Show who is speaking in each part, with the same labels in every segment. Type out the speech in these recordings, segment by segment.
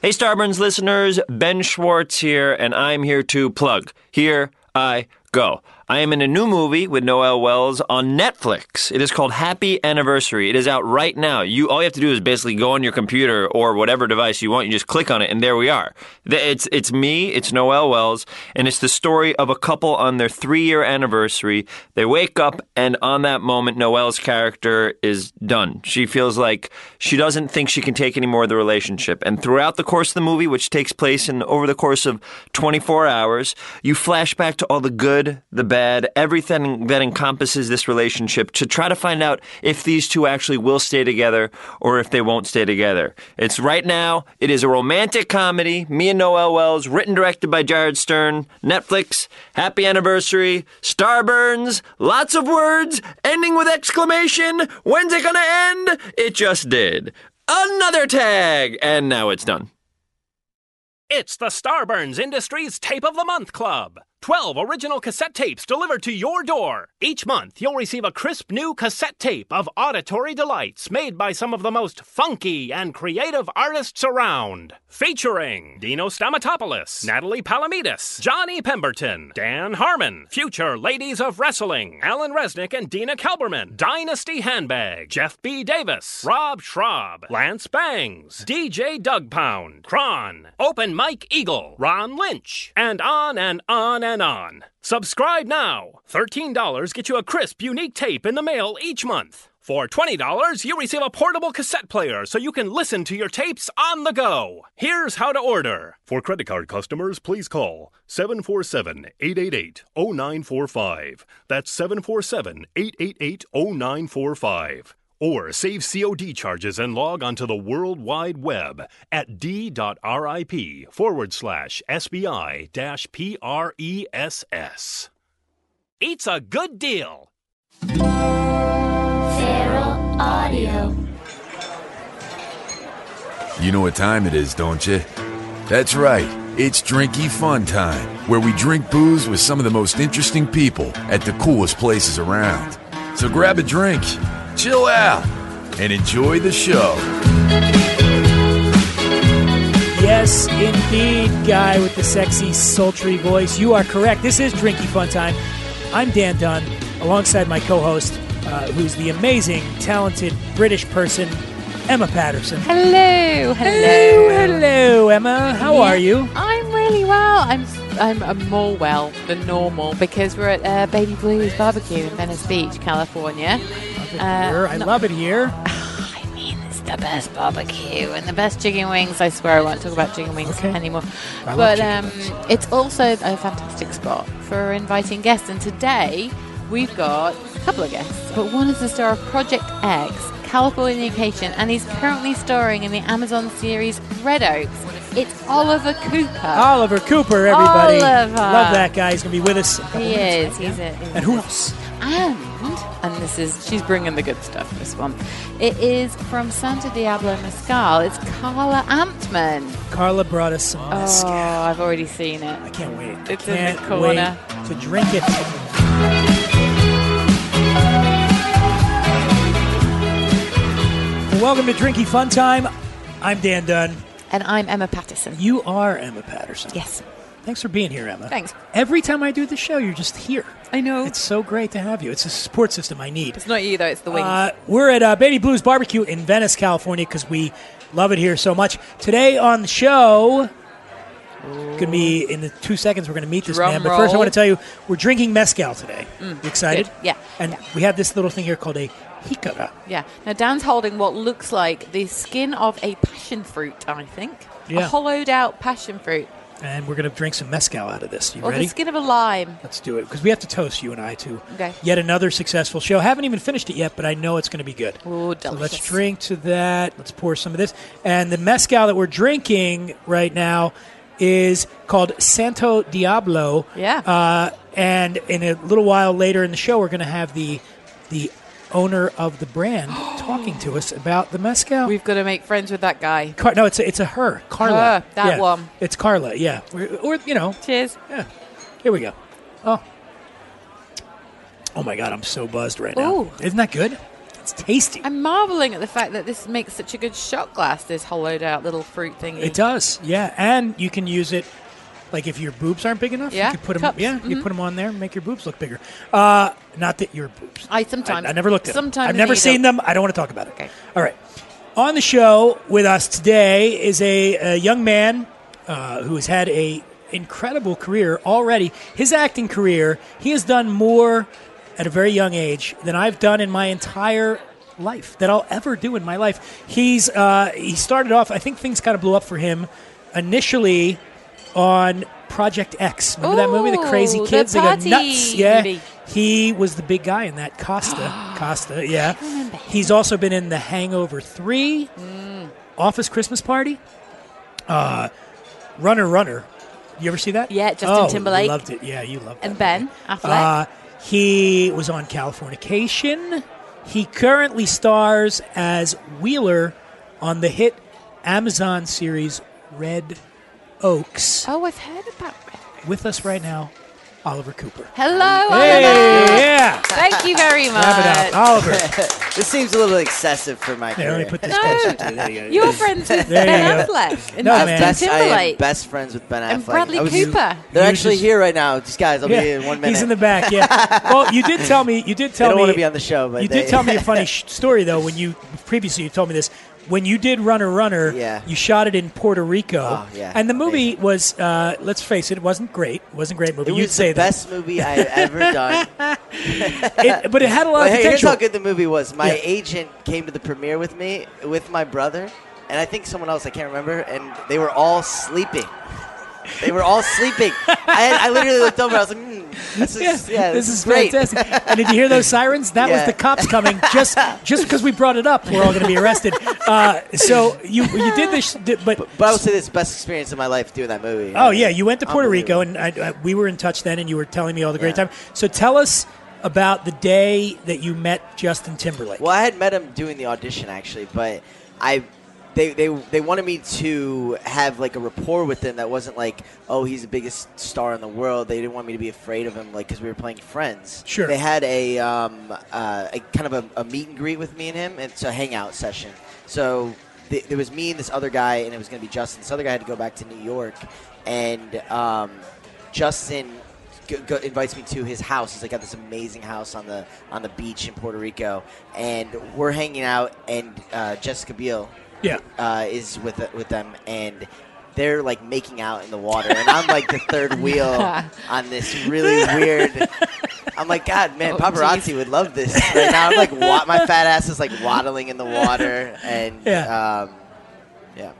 Speaker 1: Hey, Starburns listeners, Ben Schwartz here, and I'm here to plug. Here I go. I am in a new movie with Noel Wells on Netflix. It is called Happy Anniversary. It is out right now. You all you have to do is basically go on your computer or whatever device you want. You just click on it, and there we are. The- It's it's me. It's Noel Wells, and it's the story of a couple on their three year anniversary. They wake up, and on that moment, Noel's character is done. She feels like she doesn't think she can take any more of the relationship. And throughout the course of the movie, which takes place in over the course of 24 hours, you flash back to all the good, the bad, everything that encompasses this relationship to try to find out if these two actually will stay together or if they won't stay together. It's right now, it is a romantic comedy, me and Noel Wells, written directed by Jared Stern, Netflix, happy anniversary, Starburns, lots of words, ending with exclamation, when's it gonna end? It just did. Another tag! And now it's done.
Speaker 2: It's the Starburns Industries Tape of the Month Club. 12 original cassette tapes delivered to your door. Each month, you'll receive a crisp new cassette tape of auditory delights made by some of the most funky and creative artists around. Featuring Dino Stamatopoulos, Natalie Palamides, Johnny Pemberton, Dan Harmon, Future Ladies of Wrestling, Alan Resnick and Dina Kalberman, Dynasty Handbag, Jeff B. Davis, Rob Schraub, Lance Bangs, DJ Doug Pound, Kron, Open Mike Eagle, Ron Lynch, and on and on and on. Subscribe now. $13 gets you a crisp, unique tape in the mail each month. For $20, you receive a portable cassette player so you can listen to your tapes on the go. Here's how to order.
Speaker 3: For credit card customers, please call 747 888 0945. That's 747 888 0945. Or save COD charges and log onto the World Wide Web at d.rip forward slash SBI dash E PRESS.
Speaker 2: It's a good deal.
Speaker 4: Feral Audio.
Speaker 5: You know what time it is, don't you? That's right. It's Drinky Fun Time, where we drink booze with some of the most interesting people at the coolest places around. So grab a drink, chill out, and enjoy the show.
Speaker 6: Yes, indeed, guy with the sexy, sultry voice. You are correct. This is Drinky Fun Time. I'm Dan Dunn, alongside my co host, uh, who's the amazing, talented British person, Emma Patterson.
Speaker 7: Hello, hello,
Speaker 6: Hello, hello, Emma. How are you?
Speaker 7: I'm really well. I'm I'm, I'm more well than normal because we're at uh, Baby Blues Barbecue in Venice Beach, California.
Speaker 6: Here, I love it here.
Speaker 7: I mean, it's the best barbecue and the best chicken wings. I swear I won't talk about chicken wings
Speaker 6: Okay.
Speaker 7: anymore.
Speaker 6: I love
Speaker 7: but
Speaker 6: chicken
Speaker 7: um, it's also a fantastic spot for inviting guests. And today we've got a couple of guests, but one is the star of Project X, Californication, and he's currently starring in the Amazon series Red Oaks. It's Oliver Cooper.
Speaker 6: Oliver Cooper, everybody.
Speaker 7: Oliver.
Speaker 6: Love that guy. He's going to be with us. in a couple
Speaker 7: uh, He
Speaker 6: minutes,
Speaker 7: is.
Speaker 6: right?
Speaker 7: He's a. he's
Speaker 6: And who
Speaker 7: a-
Speaker 6: else?
Speaker 7: And and this is she's bringing the good stuff. This one, it is from Santa Diablo Mescal. It's Carla Amtman.
Speaker 6: Carla brought us some
Speaker 7: Oh,
Speaker 6: mezcal.
Speaker 7: I've already seen it.
Speaker 6: I can't wait.
Speaker 7: It's in the
Speaker 6: can't
Speaker 7: corner.
Speaker 6: wait to drink it. Well, Welcome to Drinky Fun Time. I'm Dan Dunn.
Speaker 7: And I'm Emma Patterson.
Speaker 6: You are Emma Patterson.
Speaker 7: Yes.
Speaker 6: Thanks for being here, Emma.
Speaker 7: Thanks.
Speaker 6: Every time I do the show, you're just here.
Speaker 7: I know.
Speaker 6: It's so great to have you. It's a support system I need.
Speaker 7: It's not you though. It's the wings.
Speaker 6: Uh, we're at uh, Baby Blues Barbecue in Venice, California, because we love it here so much. Today on the show, gonna be in the two seconds we're gonna meet this
Speaker 7: Drum
Speaker 6: man. But first,
Speaker 7: roll.
Speaker 6: I
Speaker 7: Mm,
Speaker 6: want to tell you we're drinking mezcal today. you excited?
Speaker 7: good. Yeah,
Speaker 6: And
Speaker 7: yeah.
Speaker 6: we have this little thing here called a hikara.
Speaker 7: yeah. Now Dan's holding what looks like the skin of a passion fruit. I think.
Speaker 6: Yeah.
Speaker 7: A hollowed out passion fruit,
Speaker 6: and we're gonna drink some mezcal out of this. You
Speaker 7: or
Speaker 6: ready?
Speaker 7: the skin of a lime.
Speaker 6: Let's do it because we have to toast you and I to
Speaker 7: Okay.
Speaker 6: yet another successful show. Haven't even finished it yet, but I know it's going to be good.
Speaker 7: Ooh,
Speaker 6: So let's
Speaker 7: delicious.
Speaker 6: drink to that. Let's pour some of this. And the mezcal that we're drinking right now is called Santo Diablo.
Speaker 7: Yeah.
Speaker 6: Uh, and in a little while later in the show, we're going to have the the owner of the brand talking to us about the mezcal.
Speaker 7: We've got to make friends with that guy.
Speaker 6: Car- no, it's a, it's a her, Carla.
Speaker 7: Her, that
Speaker 6: Yeah.
Speaker 7: one.
Speaker 6: It's Carla. Yeah. Or, or you know,
Speaker 7: Cheers.
Speaker 6: yeah. Here we go. Oh. Oh my god, I'm so buzzed right now.
Speaker 7: Ooh.
Speaker 6: Isn't that good? It's tasty.
Speaker 7: I'm marveling at the fact that this makes such a good shot glass, this hollowed out little fruit thingy.
Speaker 6: It does, yeah. And you can use it, like if your boobs aren't big enough,
Speaker 7: Yeah,
Speaker 6: you can put them.
Speaker 7: cups. Mm-hmm.
Speaker 6: Yeah, you put them on there, and make your boobs look bigger. Uh, not that your boobs.
Speaker 7: I sometimes.
Speaker 6: I, I never looked at
Speaker 7: sometimes
Speaker 6: them. I've never
Speaker 7: they
Speaker 6: seen
Speaker 7: don't.
Speaker 6: them. I don't want to talk about it.
Speaker 7: Okay.
Speaker 6: All right. On the show with us today is a, a young man uh, who has had a incredible career already. His acting career, he has done more at a very young age than I've done in my entire life that I'll ever do in my life. He's uh, he started off. I think things kind of blew up for him initially on Project X. Remember that movie, the crazy
Speaker 7: Ooh, the
Speaker 6: kids?
Speaker 7: party
Speaker 6: they go nuts. Yeah,
Speaker 7: movie.
Speaker 6: he was the big guy in that Costa. Costa, yeah. He's also been in The Hangover Three,
Speaker 7: Mm.
Speaker 6: Office Christmas Party, uh, Runner Runner. You ever see that?
Speaker 7: Yeah, Justin
Speaker 6: oh,
Speaker 7: Timberlake.
Speaker 6: loved it. Yeah, you loved it.
Speaker 7: And Ben Affleck.
Speaker 6: Uh, he was on Californication. He currently stars as Wheeler on the hit Amazon series Red Oaks.
Speaker 7: oh, I've heard about it.
Speaker 6: With us right now, Oliver Cooper.
Speaker 7: Hello, Oliver.
Speaker 6: yeah.
Speaker 7: Thank you very much.
Speaker 6: Clap it up, Oh, Oliver.
Speaker 8: This seems a little excessive for my
Speaker 6: They already
Speaker 8: career.
Speaker 6: put this.
Speaker 7: No, you're friends with
Speaker 6: There you
Speaker 7: Ben
Speaker 6: go.
Speaker 7: Affleck and
Speaker 6: No,
Speaker 8: I'm
Speaker 6: man.
Speaker 7: Justin
Speaker 8: best, I am
Speaker 7: Timberlake.
Speaker 8: best friends with Ben Affleck.
Speaker 7: And Bradley
Speaker 8: I was-
Speaker 7: Cooper.
Speaker 8: They're
Speaker 6: You
Speaker 8: actually
Speaker 6: just-
Speaker 8: here right now. These guys, I'll be here in one minute.
Speaker 6: He's in the back. Yeah. Well, you did tell me. You did
Speaker 8: they
Speaker 6: tell
Speaker 8: don't
Speaker 6: me.
Speaker 8: want to be on the show, but
Speaker 6: you
Speaker 8: they,
Speaker 6: did tell me a funny sh- story though. When you previously you told me this. When you did Runner Runner,
Speaker 8: Yeah.
Speaker 6: you shot it in Puerto Rico,
Speaker 8: Oh, yeah.
Speaker 6: and the movie was, uh, let's face it, it wasn't great. It wasn't a great movie.
Speaker 8: it was
Speaker 6: You'd say
Speaker 8: the best movie I've ever done.
Speaker 6: that, it, but it had a lot
Speaker 8: Well,
Speaker 6: of
Speaker 8: hey, here's
Speaker 6: potential.
Speaker 8: how good the movie was. My
Speaker 6: Yeah.
Speaker 8: agent came to the premiere with me, with my brother, and I think someone else I can't remember, and they were all sleeping. They were all sleeping. I, I literally looked over. I was like, mm, "This is
Speaker 6: Yeah,
Speaker 8: yeah,
Speaker 6: this is
Speaker 8: great."
Speaker 6: fantastic. and did you hear those sirens? That was
Speaker 8: Yeah.
Speaker 6: the cops coming. Just just because we brought it up, we're all going to be arrested. Uh, so you you did this, but
Speaker 8: But I would say this is the best experience of my life doing that movie.
Speaker 6: Oh yeah, you went to Puerto Rico,
Speaker 8: Unbelievable.
Speaker 6: and I, I, we were in touch then, and you were telling me all the great
Speaker 8: Yeah.
Speaker 6: time. So tell us about the day that you met Justin Timberlake.
Speaker 8: Well, I had met him doing the audition actually, but I they, they they wanted me to have like a rapport with him that wasn't like, oh, he's the biggest star in the world. They didn't want me to be afraid of him, like because we were playing friends.
Speaker 6: Sure.
Speaker 8: They had a, um, uh, a kind of a, a meet and greet with me and him. It's a hangout session. So th- there was me and this other guy, and it was going to be Justin. This other guy had to go back to New York, and um, Justin go, go, invites me to his house. He's like got this amazing house on the on the beach in Puerto Rico, and we're hanging out. And uh, Jessica Biel,
Speaker 6: Yeah.
Speaker 8: uh, is with with them, and they're like making out in the water, and I'm like the third wheel on this really weird. I'm like, God, man,
Speaker 7: Oh,
Speaker 8: paparazzi
Speaker 7: geez.
Speaker 8: would love this. Right now, I'm like, wa- my fat ass is like waddling in the water, and
Speaker 6: Yeah.
Speaker 8: um, yeah.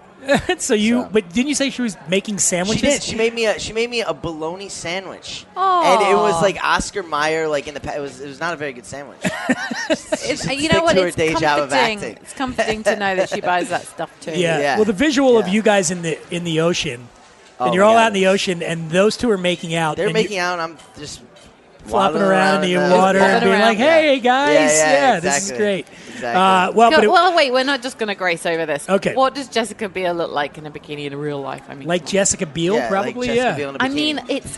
Speaker 6: so you,
Speaker 8: So-
Speaker 6: but didn't you say she was making
Speaker 8: She
Speaker 6: sandwiches?
Speaker 8: did. She made me a she made me a bologna sandwich,
Speaker 7: Aw.
Speaker 8: and it was like Oscar Mayer, like in the pa- it was it was not a very good sandwich.
Speaker 7: It's- uh, you
Speaker 8: stick
Speaker 7: know what?
Speaker 8: to her
Speaker 7: It's
Speaker 8: day
Speaker 7: comforting.
Speaker 8: job of acting.
Speaker 7: It's comforting to know that she buys that stuff too.
Speaker 6: yeah.
Speaker 8: Yeah.
Speaker 6: Well, the visual of
Speaker 8: Yeah.
Speaker 6: you guys in the in the ocean,
Speaker 8: Oh,
Speaker 6: and you're
Speaker 8: my
Speaker 6: all
Speaker 8: God.
Speaker 6: out in the ocean, and those two are making out.
Speaker 8: They're
Speaker 6: and you-
Speaker 8: making out, and I'm just
Speaker 6: flopping
Speaker 8: waddling
Speaker 6: around in the
Speaker 8: the-
Speaker 6: water
Speaker 7: Flopping
Speaker 6: and being
Speaker 7: around.
Speaker 6: like, "Hey guys,
Speaker 8: Yeah, yeah,
Speaker 6: this is
Speaker 8: exactly.
Speaker 6: great."
Speaker 8: Exactly.
Speaker 6: Uh, well,
Speaker 7: Go-
Speaker 6: but it,
Speaker 7: well, wait, we're not just going to grace over this.
Speaker 6: Okay.
Speaker 7: What does Jessica Biel look like in a bikini in real life? I mean,
Speaker 6: like Jessica Biel,
Speaker 8: Yeah, like
Speaker 6: probably,
Speaker 8: Jessica
Speaker 6: yeah.
Speaker 8: Biel in a
Speaker 7: I mean,
Speaker 8: bikini.
Speaker 7: it's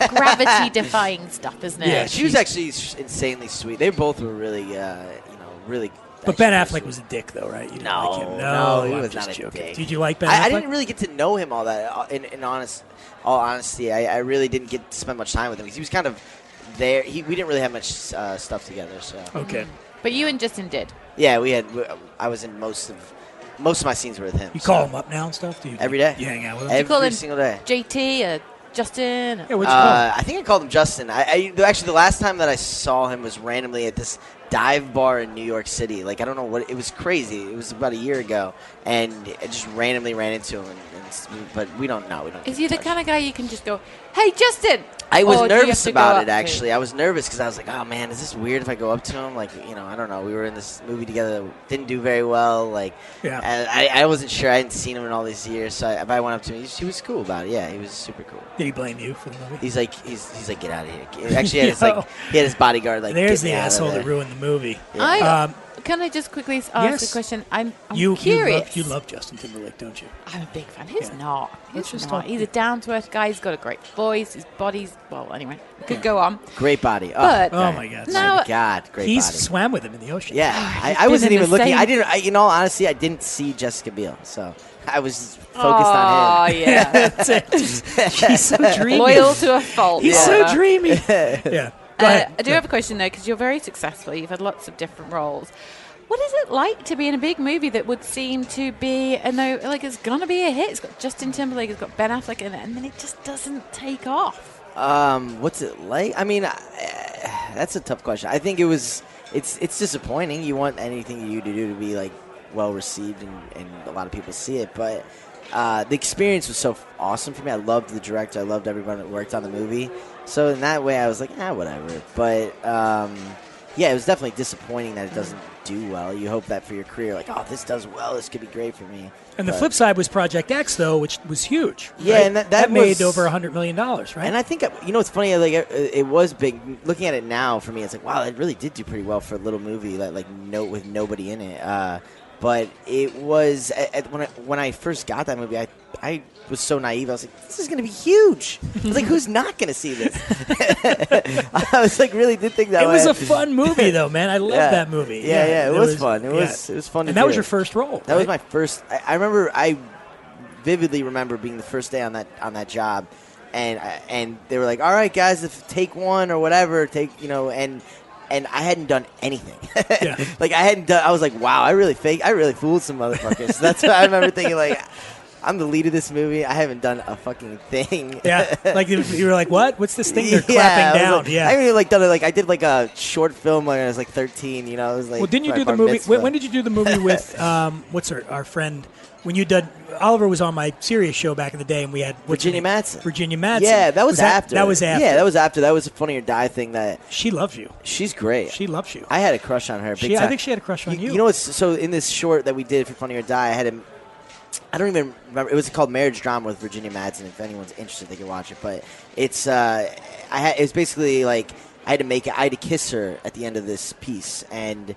Speaker 7: gravity-defying stuff, isn't it?
Speaker 6: Yeah,
Speaker 8: she was actually s- insanely sweet. They both were really, uh, you know, really.
Speaker 6: But Ben
Speaker 8: actually
Speaker 6: Affleck
Speaker 8: sweet.
Speaker 6: was a dick, though, right? You didn't
Speaker 8: No,
Speaker 6: like him.
Speaker 8: no, he
Speaker 6: I'm
Speaker 8: was
Speaker 6: just
Speaker 8: not a
Speaker 6: joking.
Speaker 8: dick.
Speaker 6: Did you like Ben?
Speaker 8: I, I
Speaker 6: Affleck?
Speaker 8: didn't really get to know him all that. uh, In, in honest, all honesty, I, I really didn't get to spend much time with him because he was kind of there. He, we didn't really have much uh, stuff together. So
Speaker 6: Okay.
Speaker 7: But you and Justin did.
Speaker 8: yeah, we had. we- I was in most of most of my scenes were with him.
Speaker 6: You
Speaker 8: so.
Speaker 6: call him up now and stuff? Do you,
Speaker 8: every day.
Speaker 6: You hang out with him?
Speaker 8: every
Speaker 7: call him-
Speaker 8: single day.
Speaker 7: JT, uh, Justin. uh,
Speaker 6: yeah, what's
Speaker 8: Uh, I think I called him Justin. I, I actually the last time that I saw him was randomly at this dive bar in New York City. Like I don't know what it was crazy. It was about a year ago, and I just randomly ran into him. And, and s- but we don't know. We don't.
Speaker 7: Is he the kind of guy you can just go, "Hey, Justin"?
Speaker 8: I was
Speaker 7: Or do you have
Speaker 8: nervous
Speaker 7: to go
Speaker 8: about
Speaker 7: up
Speaker 8: it
Speaker 7: to-
Speaker 8: actually. I was nervous because I was like, "Oh man, is this weird if I go up to him?" Like, you know, I don't know. We were in this movie together, that didn't do very well. Like,
Speaker 6: Yeah.
Speaker 8: and I, I wasn't sure. I hadn't seen him in all these years, so I, if I went up to him, he was, he was cool about it. Yeah, he was super cool.
Speaker 6: Did he blame you for the movie?
Speaker 8: He's like, he's, he's like, get out of here. Actually, he had his, like,
Speaker 6: Yo.
Speaker 8: he had his bodyguard like.
Speaker 6: There's
Speaker 8: "Get me
Speaker 6: the
Speaker 8: out of
Speaker 6: asshole
Speaker 8: there."
Speaker 6: that ruined the the movie.
Speaker 7: I
Speaker 6: Um,
Speaker 7: can I just quickly ask
Speaker 6: yes.
Speaker 7: a question? I'm, I'm
Speaker 6: you,
Speaker 7: curious.
Speaker 6: You love, you love Justin Timberlake, don't you?
Speaker 7: I'm a big fan. Who's
Speaker 6: Yeah.
Speaker 7: not? Who's
Speaker 6: Let's just
Speaker 7: not?
Speaker 6: talk-
Speaker 7: He's a down to earth guy. He's got a great voice. His body's well. Anyway,
Speaker 8: Hmm.
Speaker 7: could go on.
Speaker 8: Great body. Oh,
Speaker 7: But-
Speaker 6: Oh my God.
Speaker 7: Now- Oh,
Speaker 8: God, great
Speaker 6: He's
Speaker 8: body.
Speaker 6: swam with him in the ocean.
Speaker 8: Yeah, I,
Speaker 7: he's
Speaker 8: I
Speaker 7: been
Speaker 8: wasn't
Speaker 7: in
Speaker 8: even
Speaker 7: the
Speaker 8: looking.
Speaker 7: same-
Speaker 8: I didn't. I, in all honesty, I didn't see Jessica Biel, so I was focused
Speaker 7: oh
Speaker 8: on him.
Speaker 7: yeah,
Speaker 6: That's it. He's so dreamy.
Speaker 7: loyal to a fault.
Speaker 6: He's
Speaker 7: Oliver.
Speaker 6: so dreamy. yeah. Go
Speaker 7: Uh,
Speaker 6: ahead.
Speaker 7: I do have a question though, because you're very successful. You've had lots of different roles. What is it like to be in a big movie that would seem to be a no? Like it's gonna be a hit. It's got Justin Timberlake. It's got Ben Affleck in it, and then it just doesn't take off.
Speaker 8: Um, what's it like? I mean, I, that's a tough question. I think it was. It's it's disappointing. You want anything you do to be like well received and, and a lot of people see it, but uh, the experience was so f- awesome for me. I loved the director. I loved everyone that worked on the movie. So in that way, I was like, ah, whatever. But um, yeah, it was definitely disappointing that it doesn't do well. You hope that for your career, like, oh, this does well. This could be great for me.
Speaker 6: and the
Speaker 8: But-
Speaker 6: flip side was Project X, though, which was huge.
Speaker 8: Yeah,
Speaker 6: right?
Speaker 8: and that- that
Speaker 6: made
Speaker 8: was-
Speaker 6: over hundred million dollars, right?
Speaker 8: And I think you know it's funny. Like it, it was big. Looking at it now, for me, it's like wow, it really did do pretty well for a little movie that like no with nobody in it. Uh, but it was at, at- when I, when I first got that movie, I I was so naive. I was like, this is going to be huge. I was like, who's not going to see this? I was like, really did think that
Speaker 6: it was
Speaker 8: way.
Speaker 6: a fun movie, though, man. I love
Speaker 8: Yeah.
Speaker 6: that movie.
Speaker 8: Yeah, yeah, it was fun. It was- it was fun to
Speaker 6: And that
Speaker 8: do.
Speaker 6: was your first role.
Speaker 8: That was my
Speaker 6: right?
Speaker 8: first. I, I remember. I vividly remember being the first day on that on that job, and I- and they were like, "All right, guys, if take one or whatever, take you know." And and I hadn't done anything.
Speaker 6: Yeah.
Speaker 8: like I hadn't done. I was like, "Wow, I really fake. I really fooled some motherfuckers." That's what I remember thinking. Like, I'm the lead of this movie. I haven't done a fucking thing.
Speaker 6: Yeah, like you you were like, what? What's this thing they're
Speaker 8: Yeah,
Speaker 6: clapping
Speaker 8: I was
Speaker 6: down?
Speaker 8: like-
Speaker 6: yeah.
Speaker 8: I haven't even like done it. Like I did like a short film when I was like 13. You know, I was like.
Speaker 6: well, didn't you
Speaker 8: my
Speaker 6: do the
Speaker 8: bar
Speaker 6: movie? When,
Speaker 8: mitzvah.
Speaker 6: when did you do the movie with um, what's her, our friend? When you did Oliver was on my serious show back in the day, and we had what's her
Speaker 8: Virginia
Speaker 6: name?
Speaker 8: Madsen.
Speaker 6: Virginia Madsen.
Speaker 8: Yeah, that was, after.
Speaker 6: That was after.
Speaker 8: Yeah, that was after. That was a Funny or Die thing. That
Speaker 6: She loves you.
Speaker 8: she's great.
Speaker 6: She loves you.
Speaker 8: I had a crush on her. Big
Speaker 6: She- I
Speaker 8: time.
Speaker 6: think she had a crush on you.
Speaker 8: You know what's so in this short that we did for Funny or Die, I had a. I don't even remember. It was called Marriage Drama with Virginia Madsen. If anyone's interested, they can watch it. But it's uh, I had it was basically like I had to make it. I had to kiss her at the end of this piece, and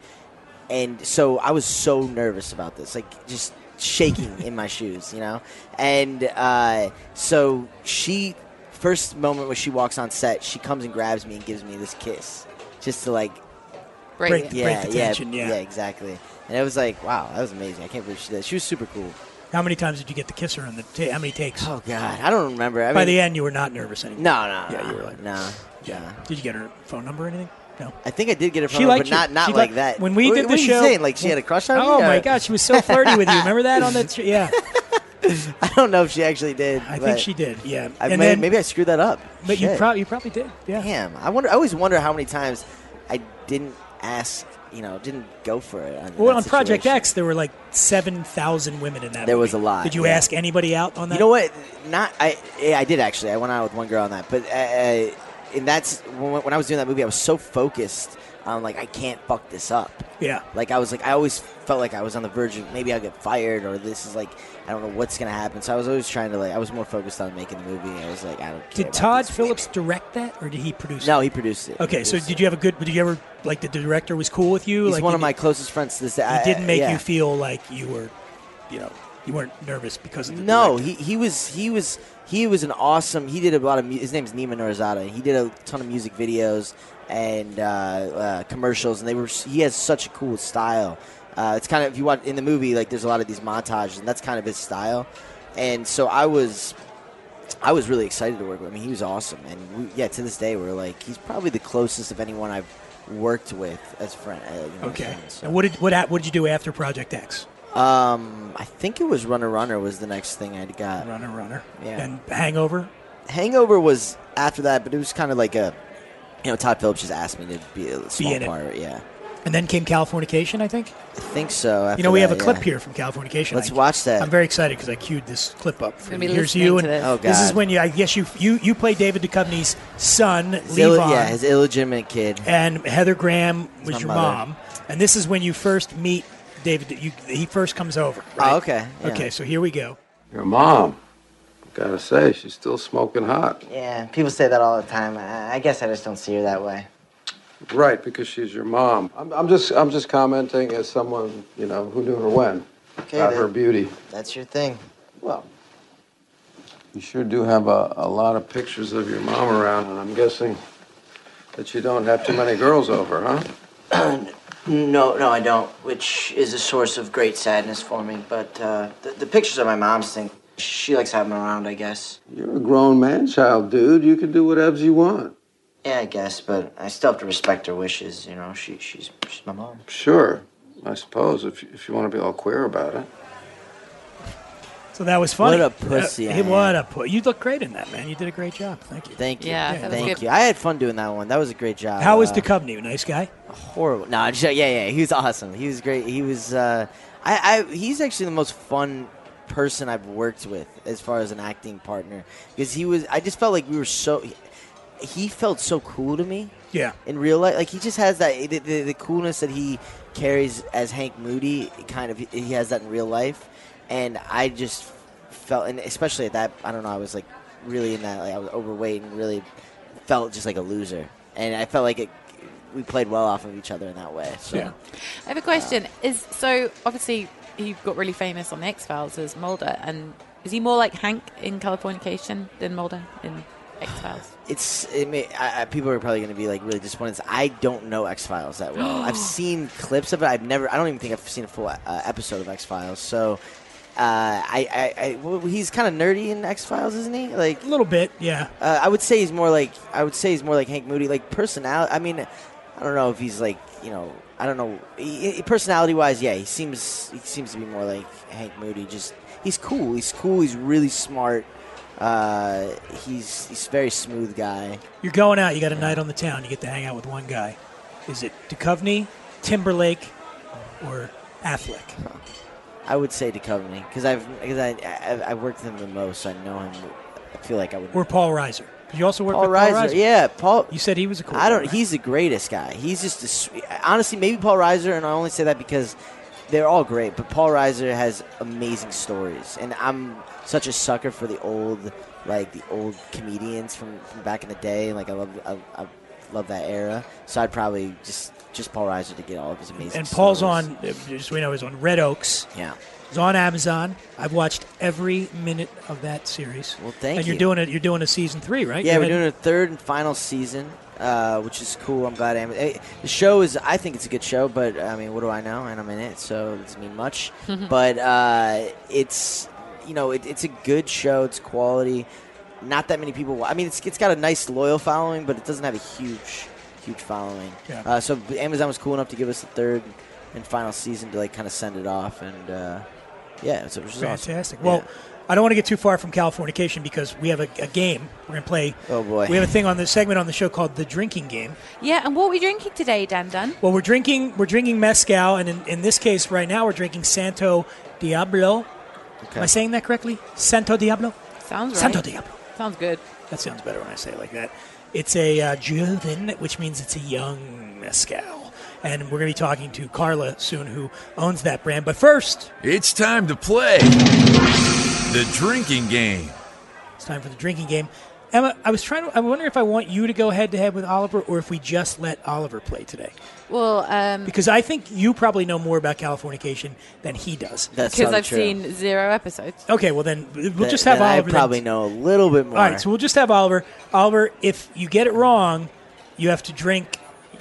Speaker 8: and so I was so nervous about this, like just shaking in my shoes, you know. And uh, so she, first moment when she walks on set, she comes and grabs me and gives me this kiss, just to like,
Speaker 7: Brilliant.
Speaker 6: Break
Speaker 8: yeah,
Speaker 6: the
Speaker 8: yeah,
Speaker 6: tension, yeah.
Speaker 8: exactly. And it was like, wow, that was amazing. I can't believe she did. that. She was super cool.
Speaker 6: How many times did you get to kiss her on the? Ta- how many takes?
Speaker 8: Oh God, I don't remember. I
Speaker 6: By
Speaker 8: mean,
Speaker 6: the end, you were not nervous anymore.
Speaker 8: no, no,
Speaker 6: Yeah,
Speaker 8: no,
Speaker 6: you were like-
Speaker 8: no, no.
Speaker 6: Did you get her phone number or anything? No.
Speaker 8: I think I did get it from
Speaker 6: She
Speaker 8: her,
Speaker 6: liked
Speaker 8: but
Speaker 6: you.
Speaker 8: not not
Speaker 6: She
Speaker 8: like
Speaker 6: liked-
Speaker 8: that.
Speaker 6: When we
Speaker 8: What-
Speaker 6: did
Speaker 8: what
Speaker 6: the
Speaker 8: are you
Speaker 6: show,
Speaker 8: saying? like she had a crush on me.
Speaker 6: Oh my
Speaker 8: or-
Speaker 6: god, she was so flirty with you. Remember that on that? Yeah,
Speaker 8: I don't know if she actually did.
Speaker 6: I think
Speaker 8: but
Speaker 6: she did. Yeah,
Speaker 8: I
Speaker 6: and
Speaker 8: may,
Speaker 6: then
Speaker 8: maybe I screwed that up.
Speaker 6: but you
Speaker 8: Shit.
Speaker 6: probably you probably did. Yeah.
Speaker 8: Damn, I wonder. I always wonder how many times I didn't ask. You know, didn't go for it. in
Speaker 6: Well,
Speaker 8: that
Speaker 6: on Project
Speaker 8: situation.
Speaker 6: X, there were like seven thousand women in that.
Speaker 8: There
Speaker 6: movie.
Speaker 8: was a lot,
Speaker 6: Did you
Speaker 8: yeah.
Speaker 6: ask anybody out on that?
Speaker 8: You know what? Not I. Yeah, I did actually. I went out with one girl on that, but uh, and that's when, when I was doing that movie. I was so focused on like I can't fuck this up.
Speaker 6: Yeah.
Speaker 8: Like I was like I always felt like I was on the verge of maybe I'll get fired or this is like I don't know what's gonna happen. So I was always trying to like I was more focused on making the movie. I was like I don't. Care
Speaker 6: Did
Speaker 8: about
Speaker 6: Todd
Speaker 8: this.
Speaker 6: Phillips direct that, or did he produce?
Speaker 8: No,
Speaker 6: It?
Speaker 8: he produced it. He
Speaker 6: Okay, so
Speaker 8: produced
Speaker 6: did
Speaker 8: it.
Speaker 6: you have a good? Did you ever like the director was cool with you?
Speaker 8: He's
Speaker 6: like
Speaker 8: one
Speaker 6: you
Speaker 8: of my closest friends to this day.
Speaker 6: did-
Speaker 8: I-
Speaker 6: He didn't make
Speaker 8: yeah.
Speaker 6: you feel like you were, you know, you weren't nervous because of the
Speaker 8: No,
Speaker 6: director.
Speaker 8: he, he was he was he was an awesome. He did a lot of mu- his name's Nima Norizada. and He did a ton of music videos and uh, uh, commercials, and they were. He has such a cool style. Uh, it's kind of if you watch in the movie, like there's a lot of these montages, and that's kind of his style. And so I was I was really excited to work with. him. he was awesome, and we, yeah, to this day we're like he's probably the closest of anyone I've worked with as a friend. Uh, you know,
Speaker 6: Okay.
Speaker 8: friends, so.
Speaker 6: And what did what a- what did you do after Project X?
Speaker 8: Um, I think it was Runner Runner was the next thing I got.
Speaker 6: Runner, runner.
Speaker 8: Yeah.
Speaker 6: And Hangover.
Speaker 8: Hangover was after that, but it was kind of like a, you know, Todd Phillips just asked me to be a small
Speaker 6: in it.
Speaker 8: part. Yeah,
Speaker 6: And then came Californication, I think.
Speaker 8: I think so. After
Speaker 6: you know, we have a
Speaker 8: that,
Speaker 6: clip
Speaker 8: yeah.
Speaker 6: here from Californication.
Speaker 8: Let's
Speaker 6: I-
Speaker 8: watch that.
Speaker 6: I'm very excited because I queued this clip up. For
Speaker 7: Gonna be
Speaker 6: you. Here's
Speaker 7: listening
Speaker 6: you.
Speaker 7: to
Speaker 6: and
Speaker 7: this.
Speaker 8: Oh,
Speaker 6: this is
Speaker 8: God.
Speaker 6: when you, I guess you you you play David Duchovny's son,
Speaker 8: His ill-
Speaker 6: Levon,
Speaker 8: yeah, his illegitimate kid.
Speaker 6: and Heather Graham
Speaker 8: my
Speaker 6: was your
Speaker 8: mother.
Speaker 6: mom. And this is when you first meet David. You, he first comes over. Right?
Speaker 8: Oh, okay. Yeah.
Speaker 6: Okay, so here we go.
Speaker 9: Your mom, gotta say, she's still smoking hot.
Speaker 8: Yeah, people say that all the time. I, I guess I just don't see her that way.
Speaker 9: Right, because she's your mom. I'm, I'm just I'm just commenting as someone you know who knew her when,
Speaker 8: Okay,
Speaker 9: about
Speaker 8: then.
Speaker 9: her beauty.
Speaker 8: That's your thing.
Speaker 9: Well, you sure do have a, a lot of pictures of your mom around, and I'm guessing that you don't have too many girls over, huh?
Speaker 8: No, no, I don't, which is a source of great sadness for me. But uh, the, the pictures of my mom's thing, she likes having them around, I guess.
Speaker 9: You're a grown man child, dude. You can do whatever you want.
Speaker 8: Yeah, I guess, but I still have to respect her wishes, you know? She, she's, she's my mom.
Speaker 9: Sure, I suppose if you, if you want to be all queer about it.
Speaker 6: So that was funny.
Speaker 10: What a pussy
Speaker 6: Uh,
Speaker 10: I
Speaker 6: hey,
Speaker 10: am.
Speaker 6: what a pu- You look great in that, man. You did a great job. Thank you.
Speaker 8: Thank you.
Speaker 7: Yeah, that was
Speaker 8: thank
Speaker 7: good.
Speaker 8: you. I had fun doing that one. That was a great job.
Speaker 6: How was
Speaker 8: Uh,
Speaker 6: Duchovny? Nice guy.
Speaker 8: horrible. No, I'm just- yeah, yeah, he was awesome. He was great. He was. Uh, I, I, he's actually the most fun person I've worked with as far as an acting partner because he was. I just felt like we were so. He felt so cool to me
Speaker 6: Yeah.
Speaker 8: in real life. Like he just has that the, the, the coolness that he carries as Hank Moody. Kind of, he has that in real life, and I just felt, and especially at that, I don't know, I was like really in that, like I was overweight and really felt just like a loser, and I felt like it. We played well off of each other in that way. So.
Speaker 6: Yeah.
Speaker 7: I have a question. Is so obviously he got really famous on the X Files as Mulder, and is he more like Hank in Californication than Mulder in X Files?
Speaker 8: it's it may, I, I, people are probably going to be like really disappointed. I don't know X Files that well. I've seen clips of it. I've never. I don't even think I've seen a full uh, episode of X Files. So, uh, I, I, I well, he's kind of nerdy in X Files, isn't he? Like,
Speaker 6: A little bit. Yeah.
Speaker 8: uh, I would say he's more like I would say he's more like Hank Moody. Like personality. I mean, I don't know if he's like you know. I don't know. He, he- personality-wise, yeah, he seems he seems to be more like Hank Moody. Just he's cool. He's cool. He's really smart. Uh, he's he's a very smooth guy.
Speaker 6: You're going out. You got a night on the town. You get to hang out with one guy. Is it Duchovny, Timberlake, or Affleck?
Speaker 8: I would say Duchovny because I've because I, I I worked with him the most. So I know him. I feel like I would.
Speaker 6: Or Paul Reiser? 'Cause You also worked
Speaker 8: Paul
Speaker 6: with Paul
Speaker 8: Reiser,
Speaker 6: Reiser.
Speaker 8: yeah, Paul.
Speaker 6: You said he was a cool.
Speaker 8: I don't.
Speaker 6: guy, right?
Speaker 8: He's the greatest guy. He's just a, sw- honestly maybe Paul Reiser, and I only say that because they're all great. But Paul Reiser has amazing stories, and I'm such a sucker for the old like the old comedians from, from back in the day. Like I love I, I love that era. So I'd probably just just Paul Reiser to get all of his amazing.
Speaker 6: and Paul's
Speaker 8: stories.
Speaker 6: on. uh, Just so we know he's on Red Oaks.
Speaker 8: Yeah.
Speaker 6: It's on Amazon. I've watched every minute of that series.
Speaker 8: Well, thank
Speaker 6: and you're
Speaker 8: you.
Speaker 6: doing it. You're doing a season three, right?
Speaker 8: Yeah,
Speaker 6: You're
Speaker 8: we're
Speaker 6: heading-
Speaker 8: doing a third and final season, uh, which is cool. I'm glad I'm. eh, The show is. I think it's a good show, but I mean, what do I know? And I'm in it, so it doesn't mean much. but uh, it's, you know, it, it's a good show. It's quality. Not that many people. wa- I mean, it's it's got a nice loyal following, but it doesn't have a huge, huge following.
Speaker 6: Yeah.
Speaker 8: Uh, so Amazon was cool enough to give us the third and final season to like kind of send it off, and uh, yeah, so it was just awesome.
Speaker 6: Fantastic.
Speaker 8: Yeah.
Speaker 6: Well, I don't want to get too far from Californication because we have a, a game. We're going to play.
Speaker 8: Oh, boy.
Speaker 6: We have a thing on the segment on the show called the drinking game.
Speaker 7: Yeah, and what are we drinking today, Dan Dunn?
Speaker 6: Well, we're drinking we're drinking mezcal, and in, in this case, right now, we're drinking Santo Diablo. Am I saying that correctly? Santo Diablo.
Speaker 7: Sounds right.
Speaker 6: Santo Diablo.
Speaker 7: Sounds good.
Speaker 6: That sounds better when I say it like that. It's a uh, joven, which means it's a young mezcal, and we're going to be talking to Carla soon, who owns that brand. But first,
Speaker 5: It's time to play the drinking game.
Speaker 6: It's time for the drinking game. Emma, I was trying to. I wonder if I want you to go head to head with Oliver, or if we just let Oliver play today,
Speaker 7: Well, um
Speaker 6: because I think you probably know more about Californication than he does.
Speaker 8: That's
Speaker 7: because
Speaker 8: not
Speaker 7: I've
Speaker 8: true.
Speaker 7: seen zero episodes.
Speaker 6: Okay, well then we'll
Speaker 8: Th-
Speaker 6: just have
Speaker 8: then
Speaker 6: Oliver.
Speaker 8: I
Speaker 6: then.
Speaker 8: probably know a little bit more.
Speaker 6: All right, so we'll just have Oliver. Oliver, if you get it wrong, you have to drink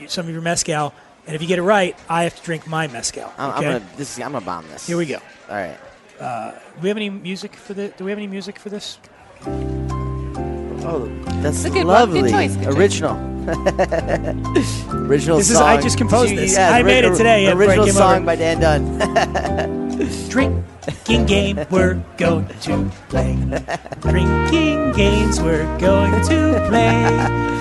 Speaker 6: some of your mezcal, and if you get it right, I have to drink my mezcal.
Speaker 8: I'm,
Speaker 6: okay?
Speaker 8: I'm gonna this is, I'm gonna bomb this.
Speaker 6: Here we go.
Speaker 8: All right.
Speaker 6: Do we have any music for the? Do we have any music for this?
Speaker 8: Oh, that's
Speaker 7: a good one.
Speaker 8: lovely.
Speaker 7: Good choice, good choice.
Speaker 8: original. original
Speaker 6: This is-
Speaker 8: song.
Speaker 6: I just composed this.
Speaker 8: Yeah,
Speaker 6: I
Speaker 8: ori-
Speaker 6: made it today
Speaker 8: or-
Speaker 6: before I
Speaker 8: Original
Speaker 6: came
Speaker 8: song
Speaker 6: over.
Speaker 8: by Dan Dunn.
Speaker 6: Drinking game we're going to play. Drinking games we're going to play.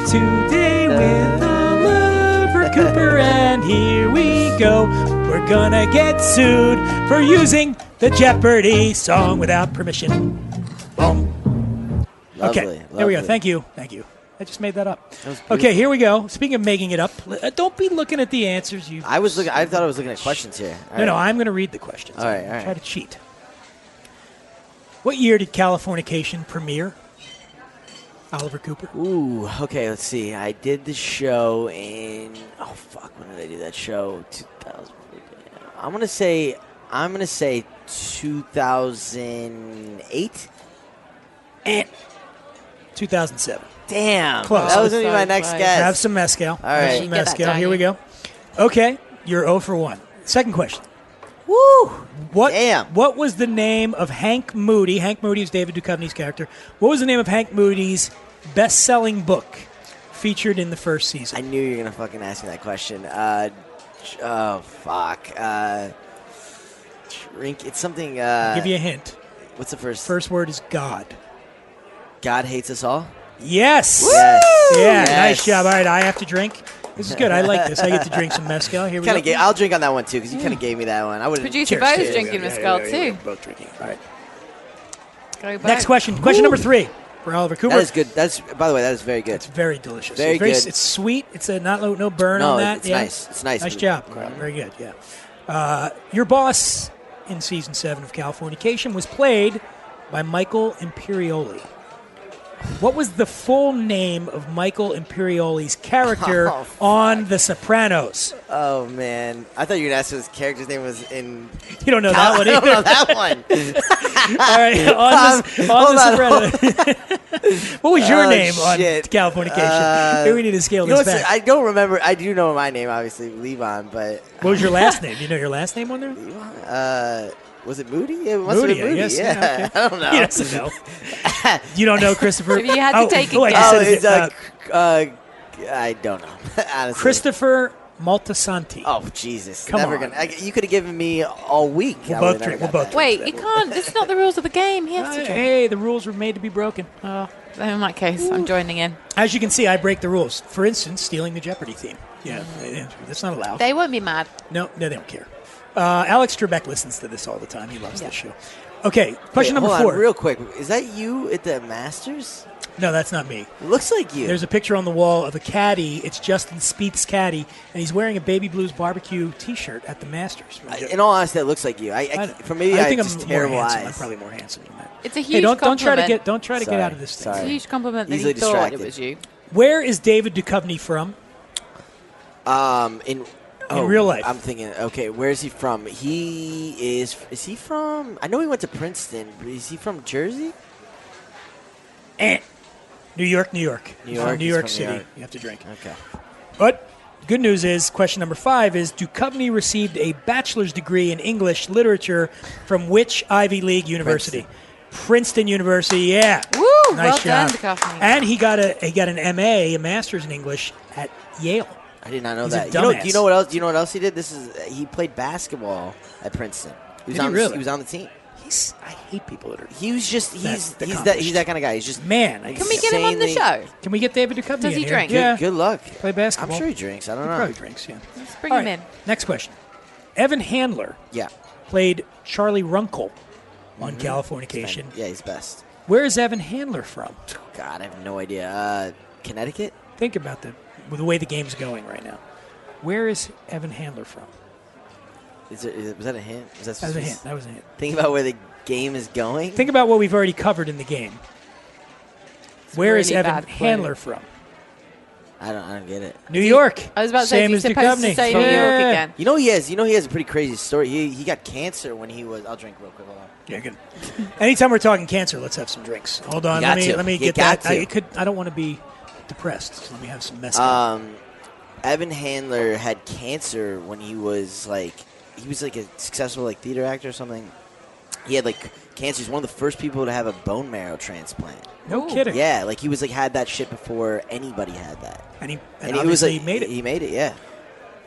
Speaker 6: Today with Oliver Cooper, and here we go. We're gonna get sued for using the Jeopardy song without permission. Boom.
Speaker 8: lovely,
Speaker 6: okay, there we go.
Speaker 8: lovely.
Speaker 6: Thank you. Thank you. I just made that up.
Speaker 8: was
Speaker 6: okay, here we go. Speaking of making it up, l- uh, don't be looking at the answers. You
Speaker 8: I was looking. I thought I was looking at questions here. All
Speaker 6: no, no,
Speaker 8: right.
Speaker 6: I'm going to read the questions.
Speaker 8: All right, all right.
Speaker 6: Try to cheat. What year did Californication premiere? Oliver Cooper?
Speaker 8: Ooh, okay, let's see. I did the show in oh fuck, when did I do that show? 2000. I'm gonna say I'm gonna say 2008.
Speaker 6: Eh. 2007.
Speaker 8: Damn,
Speaker 6: Close.
Speaker 8: that was gonna be
Speaker 7: So
Speaker 8: my next
Speaker 7: close.
Speaker 8: guess.
Speaker 6: Have some mezcal. All
Speaker 8: right.
Speaker 6: Have
Speaker 8: You
Speaker 6: some
Speaker 7: get that
Speaker 6: mezcal.
Speaker 7: down,
Speaker 6: Here we
Speaker 7: yeah.
Speaker 6: go. Okay, you're 0 for 1. Second question.
Speaker 8: Woo!
Speaker 6: What
Speaker 8: Damn.
Speaker 6: what was the name of Hank Moody? Hank Moody was David Duchovny's character. What was the name of Hank Moody's best-selling book featured in the first
Speaker 8: I
Speaker 6: season?
Speaker 8: knew you were gonna fucking ask me that question. Uh, j- oh fuck. Uh, drink. It's something. Uh,
Speaker 6: I'll give you a hint.
Speaker 8: what's the first?
Speaker 6: First word is God.
Speaker 8: God hates us all.
Speaker 6: Yes.
Speaker 8: Yes.
Speaker 6: Yeah,
Speaker 8: Yes.
Speaker 6: nice job. All right, I have to drink. This is good. I like this. I get to drink some mezcal. Here we
Speaker 8: Kind of.
Speaker 6: go.
Speaker 8: Ga- I'll drink on that one too because you kind of gave me that one. I would.
Speaker 7: Producer
Speaker 6: Cheers,
Speaker 7: Bo's
Speaker 6: cheers.
Speaker 7: drinking mezcal too.
Speaker 9: Both drinking. All right.
Speaker 7: Go Bo.
Speaker 6: Next question. Question number three for Oliver Cooper.
Speaker 8: That is good. That's by the way. That is very good.
Speaker 6: It's very delicious.
Speaker 8: Very
Speaker 6: it's
Speaker 8: good.
Speaker 6: It's sweet. It's a not low, no burn
Speaker 8: No,
Speaker 6: on that.
Speaker 8: it's
Speaker 6: yeah.
Speaker 8: nice. It's nice. Mm-hmm.
Speaker 6: Nice job. Very good. Yeah. Uh, your boss in season seven of Californication was played by Michael Imperioli. What was the full name of Michael Imperioli's character
Speaker 8: Oh, fuck.
Speaker 6: on The Sopranos?
Speaker 8: Oh man, I thought you were gonna ask what his character's name was in.
Speaker 6: You don't know that one
Speaker 8: I
Speaker 6: either.
Speaker 8: don't know that one.
Speaker 6: All right, on the,
Speaker 8: Um,
Speaker 6: on
Speaker 8: hold
Speaker 6: the
Speaker 8: on,
Speaker 6: Sopranos. what was your
Speaker 8: Oh,
Speaker 6: name on
Speaker 8: shit.
Speaker 6: Californication?
Speaker 8: Uh,
Speaker 6: Maybe we need to scale
Speaker 8: You know
Speaker 6: this
Speaker 8: what's-
Speaker 6: back.
Speaker 8: I don't remember. I do know my name, obviously, Levon, but
Speaker 6: what was your last name? You know your last name on there?
Speaker 8: uh, was it Moody? It must
Speaker 6: Moody,
Speaker 8: have
Speaker 6: I
Speaker 8: been Moody.
Speaker 6: guess.
Speaker 8: yeah,
Speaker 6: Yeah, okay.
Speaker 8: I don't know. Oh,
Speaker 6: He doesn't know. you don't know Christopher.
Speaker 7: If you had to
Speaker 6: oh,
Speaker 7: take a
Speaker 6: oh, I just
Speaker 8: Oh,
Speaker 6: said his
Speaker 8: it's
Speaker 6: name.
Speaker 8: uh,
Speaker 6: Uh,
Speaker 8: c- uh, I don't know. Honestly.
Speaker 6: Christopher Maltasanti.
Speaker 8: Oh Jesus!
Speaker 6: Come
Speaker 8: never
Speaker 6: on.
Speaker 8: gonna. I, you could have given me all week.
Speaker 6: We'll
Speaker 8: I
Speaker 6: both
Speaker 8: would've
Speaker 6: drink,
Speaker 8: never
Speaker 6: we'll
Speaker 8: got
Speaker 6: both
Speaker 8: that.
Speaker 7: Wait, you can't. This is not the rules of the game. He has to drink.
Speaker 6: Hey, the rules were made to be broken. Uh,
Speaker 7: Then in that case, I'm joining in.
Speaker 6: as you can see, I break the rules. For instance, stealing the Jeopardy theme. Yeah, yeah, that's not allowed.
Speaker 7: They won't be mad.
Speaker 6: No, no, they don't care. Uh, Alex Trebek listens to this all the time. He loves this show. Okay,
Speaker 8: Wait,
Speaker 6: question number
Speaker 8: hold
Speaker 6: four.
Speaker 8: On, real quick, is that you at the Masters?
Speaker 6: no, that's not me.
Speaker 8: It looks like you.
Speaker 6: There's a picture on the wall of a caddy. It's Justin Speet's caddy, and he's wearing a Baby Blues barbecue T-shirt at the Masters.
Speaker 8: I- in all honesty, it looks like you. I, I, for maybe I,
Speaker 6: think
Speaker 8: just
Speaker 6: I'm
Speaker 8: terrible
Speaker 6: more handsome.
Speaker 8: eyes.
Speaker 6: I'm probably more handsome than that.
Speaker 7: It's a huge
Speaker 6: hey, don't don't try to
Speaker 7: compliment.
Speaker 6: get don't try to get out of this thing.
Speaker 7: It's a
Speaker 8: Sorry.
Speaker 7: huge compliment that
Speaker 8: Easily
Speaker 7: he thought
Speaker 8: distracted.
Speaker 7: it was you.
Speaker 6: Where is David Duchovny from?
Speaker 8: Um, in oh,
Speaker 6: real life.
Speaker 8: I'm thinking. Okay, where is he from? He is. Is he from? I know he went to Princeton. But is he from Jersey?
Speaker 6: Eh. New York, New York.
Speaker 8: New
Speaker 6: He's from
Speaker 8: York,
Speaker 6: New
Speaker 8: he's from
Speaker 6: York
Speaker 8: New
Speaker 6: City.
Speaker 8: York.
Speaker 6: You have to drink.
Speaker 8: Okay.
Speaker 6: But good news is question number five is Duchovny received a bachelor's degree in English literature from which Ivy League university? Princeton, University. Yeah.
Speaker 7: Woo,
Speaker 6: Nice
Speaker 7: well
Speaker 6: job.
Speaker 7: done, Duchovny.
Speaker 6: And he got a he got an MA, a master's in English at Yale.
Speaker 8: I did not know
Speaker 6: He's a
Speaker 8: that. You know,
Speaker 6: dumbass.
Speaker 8: you know what else? You know what else he did? This is he played basketball at Princeton. He was
Speaker 6: Did he
Speaker 8: on the,
Speaker 6: really?
Speaker 8: he was on the team.
Speaker 6: He's I hate people that are.
Speaker 8: He was just he's
Speaker 6: That's
Speaker 8: he's that
Speaker 6: accomplished.
Speaker 8: he's that kind of guy. He's just
Speaker 6: Man, I
Speaker 7: Can we get him on the
Speaker 8: Insanely-
Speaker 7: show?
Speaker 6: Can we get David Duchovny?
Speaker 7: Does
Speaker 6: in
Speaker 7: he
Speaker 6: here?
Speaker 7: drink?
Speaker 8: Good,
Speaker 6: Yeah.
Speaker 8: good luck.
Speaker 6: Play basketball.
Speaker 8: I'm sure he drinks. I don't
Speaker 6: He
Speaker 8: know.
Speaker 6: probably drinks. Yeah.
Speaker 7: Let's bring
Speaker 6: All
Speaker 7: him
Speaker 6: right,
Speaker 7: in.
Speaker 6: Next question. Evan Handler
Speaker 8: Yeah.
Speaker 6: played Charlie Runkle on Californication.
Speaker 8: Yeah, he's best.
Speaker 6: Where is Evan Handler from?
Speaker 8: God, I have no idea. Uh, Connecticut?
Speaker 6: Think about the the way the game's going right now. Where is Evan Handler from?
Speaker 8: Is it, is it, was that a hint? Was that
Speaker 6: That was a
Speaker 8: supposed to be-
Speaker 6: hint. That was a hint.
Speaker 8: Think about where the game is going.
Speaker 6: Think about what we've already covered in the game. Where is
Speaker 7: really
Speaker 6: Evan
Speaker 7: bad play.
Speaker 6: Handler from?
Speaker 8: I don't. I don't get it.
Speaker 6: New York.
Speaker 7: I was about to say,
Speaker 6: Same
Speaker 7: if
Speaker 6: as
Speaker 7: he's supposed
Speaker 6: Duchovny.
Speaker 7: to say New York
Speaker 6: Yeah.
Speaker 7: again.
Speaker 8: You know he has. You know he has a pretty crazy story. He he got cancer when he was. I'll drink real quick. Hold on.
Speaker 6: Yeah, good. Anytime we're talking cancer, let's have some drinks. Hold on,
Speaker 8: You
Speaker 6: let
Speaker 8: got
Speaker 6: me
Speaker 8: to.
Speaker 6: let me
Speaker 8: You
Speaker 6: get
Speaker 8: got
Speaker 6: that. I
Speaker 8: to.
Speaker 6: could. I don't want to be depressed. So let me have some mess.
Speaker 8: Um, Evan Handler had cancer when he was like he was like a successful like theater actor or something. He had like cancer. He's one of the first people to have a bone marrow transplant.
Speaker 6: no
Speaker 7: Ooh.
Speaker 6: kidding.
Speaker 8: Yeah, like he was like had that shit before anybody had that.
Speaker 6: And he and,
Speaker 8: he was
Speaker 6: obviously
Speaker 8: like
Speaker 6: he made it.
Speaker 8: He made it. Yeah.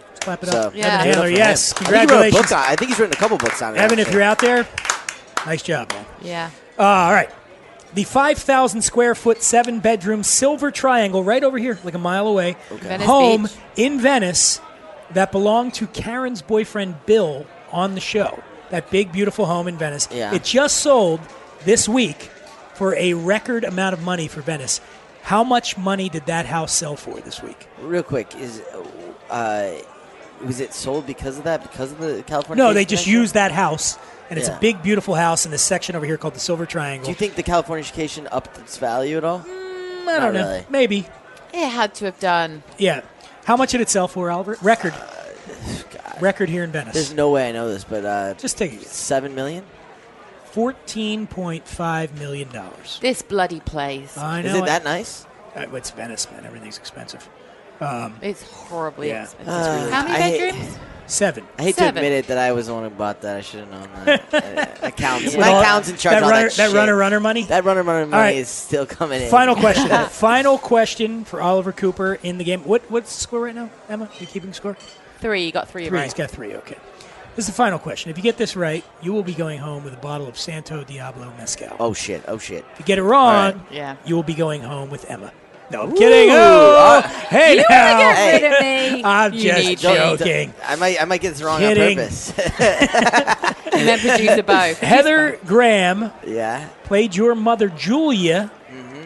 Speaker 6: Let's clap it
Speaker 8: So
Speaker 6: up.
Speaker 7: Yeah.
Speaker 8: Good
Speaker 7: Good
Speaker 6: Evan Handler,
Speaker 8: enough for him.
Speaker 6: yes.
Speaker 8: I think he wrote a book
Speaker 6: Congratulations,
Speaker 8: on- I think he's written a couple books on it.
Speaker 6: Evan. If
Speaker 8: actually.
Speaker 6: you're out there, nice job, man.
Speaker 7: Yeah.
Speaker 6: Uh, all right. The 5,000 square foot, seven bedroom silver triangle right over here, like a mile away,
Speaker 7: Venice
Speaker 6: home
Speaker 7: Beach.
Speaker 6: in Venice that belonged to Karen's boyfriend Bill on the show. That big, beautiful home in Venice.
Speaker 8: Yeah.
Speaker 6: It just sold this week for a record amount of money for Venice. How much money did that house sell for this week?
Speaker 8: Real quick, is uh, was it sold because of that? Because of the California?
Speaker 6: No, they just used that house, and it's
Speaker 8: Yeah.
Speaker 6: a big, beautiful house in this section over here called the Silver Triangle.
Speaker 8: Do you think the Californication upped its value at all?
Speaker 7: Mm,
Speaker 6: I don't
Speaker 8: Not
Speaker 6: know.
Speaker 8: really.
Speaker 6: Maybe.
Speaker 7: It had to have done.
Speaker 6: Yeah. How much did it sell for, Albert? Record. Record here in
Speaker 8: Uh, There's
Speaker 6: Venice.
Speaker 8: no way I know this, but uh,
Speaker 6: Just take it.
Speaker 8: seven million.
Speaker 6: $14.5 million.
Speaker 7: This bloody place.
Speaker 6: I know.
Speaker 8: Is it that nice?
Speaker 6: Uh, It's Venice, man. Everything's expensive.
Speaker 7: it's horribly
Speaker 6: Yeah.
Speaker 7: expensive.
Speaker 8: Uh,
Speaker 7: How many
Speaker 8: I-
Speaker 7: bedrooms?
Speaker 6: Seven.
Speaker 8: I hate
Speaker 7: Seven.
Speaker 8: to admit it that I was the one who bought that. I should have known that. Uh, accounts.
Speaker 6: With all-
Speaker 8: My accountants in charge.
Speaker 6: That
Speaker 8: of all
Speaker 6: runner,
Speaker 8: that, shit.
Speaker 6: runner, runner money.
Speaker 8: That runner, runner money
Speaker 6: right.
Speaker 8: is still coming in.
Speaker 6: Final question. Final question for Oliver Cooper in the game. What what's the score right now, Emma? You keeping score?
Speaker 7: Three. You got three,
Speaker 6: Three. He's
Speaker 7: right.
Speaker 6: got three. Okay. This is the final question. If you get this right, you will be going home with a bottle of Santo Diablo Mezcal.
Speaker 8: Oh shit! Oh shit!
Speaker 6: If you get it wrong,
Speaker 8: All
Speaker 7: Yeah.
Speaker 6: you will be going home with Emma. No, I'm kidding. Oh, hey,
Speaker 7: You
Speaker 6: now.
Speaker 7: want to get
Speaker 8: Hey.
Speaker 7: rid of me?
Speaker 6: I'm
Speaker 7: you
Speaker 6: just
Speaker 7: need
Speaker 6: joking.
Speaker 7: me.
Speaker 6: Joking.
Speaker 8: I might, I might get this wrong
Speaker 6: Kidding.
Speaker 8: on purpose.
Speaker 7: And then producer Bo.
Speaker 6: Heather Graham
Speaker 8: yeah,
Speaker 6: played your mother Julia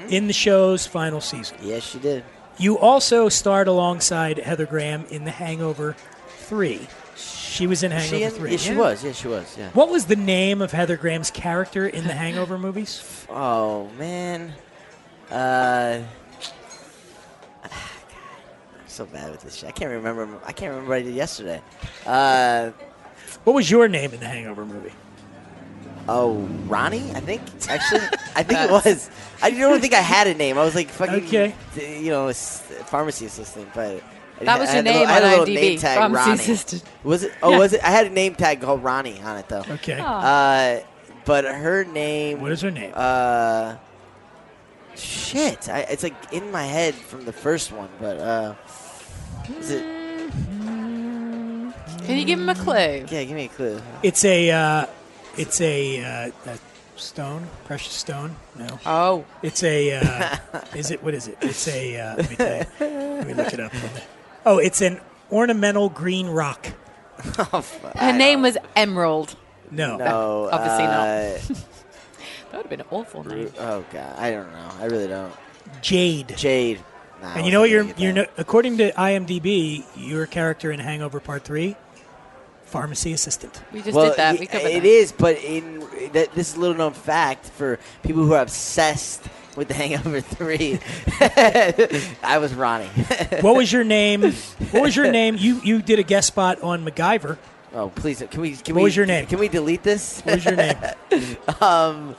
Speaker 6: in the show's final season.
Speaker 8: yes, she did.
Speaker 6: You also starred alongside Heather Graham in The Hangover 3. She was in
Speaker 8: Was
Speaker 6: Hangover
Speaker 8: she in?
Speaker 6: 3.
Speaker 8: Yes, she
Speaker 6: Yeah.
Speaker 8: was. Yes, she was. Yeah.
Speaker 6: What was the name of Heather Graham's character in the Hangover movies?
Speaker 8: Oh man, uh, God. I'm so bad with this shit. I can't remember. I can't remember what I did yesterday. Uh,
Speaker 6: What was your name in the Hangover movie?
Speaker 8: oh, Ronnie, I think. Actually, I think it was. I don't think I had a name. I was like fucking,
Speaker 6: Okay.
Speaker 8: d- you know, s- pharmacy assistant, but. I
Speaker 7: That
Speaker 8: had-
Speaker 7: was
Speaker 8: I
Speaker 7: your
Speaker 8: had a little-
Speaker 7: name
Speaker 8: I had
Speaker 7: on
Speaker 8: a little
Speaker 7: IMDb,
Speaker 8: name tag,
Speaker 7: pharmacy
Speaker 8: Ronnie.
Speaker 7: assistant.
Speaker 8: Was it? Oh,
Speaker 7: Yeah.
Speaker 8: was it? I had a name tag called Ronnie on it though.
Speaker 6: Okay.
Speaker 8: Uh, but her name.
Speaker 6: What is her name?
Speaker 8: Uh, shit. I, it's like in my head from the first one, but uh, is
Speaker 7: Hmm.
Speaker 8: it?
Speaker 7: Can you give him a clue?
Speaker 8: Yeah, give me a clue.
Speaker 6: it's a uh, it's a, uh, a stone, precious stone. No.
Speaker 7: Oh,
Speaker 6: It's a. Uh, is it? What is it? It's a. Uh, let me tell you. Let me look it up. Oh, it's an ornamental green rock.
Speaker 8: Oh, fuck.
Speaker 7: her name was Emerald.
Speaker 6: No.
Speaker 8: No,
Speaker 7: Obviously not.
Speaker 8: uh,
Speaker 7: That would have been an awful name.
Speaker 8: Oh god, I don't know. I really don't.
Speaker 6: Jade.
Speaker 8: Jade. Nah, I
Speaker 6: And you know what? You're,
Speaker 8: wasn't gonna
Speaker 6: you're
Speaker 8: get
Speaker 6: no, according to IMDb, your character in Hangover Part Three, pharmacy assistant.
Speaker 7: We
Speaker 8: that.
Speaker 7: just
Speaker 8: well,
Speaker 7: did that.
Speaker 8: y-
Speaker 7: We covered
Speaker 8: it
Speaker 7: that.
Speaker 8: is, but in that, this is a little known fact for people who are obsessed with The Hangover Three. I was Ronnie.
Speaker 6: What was your name? What was your name? You you did a guest spot on MacGyver.
Speaker 8: oh please, can we? Can
Speaker 6: What
Speaker 8: we,
Speaker 6: was your name?
Speaker 8: Can we delete this?
Speaker 6: What was your name?
Speaker 8: Um,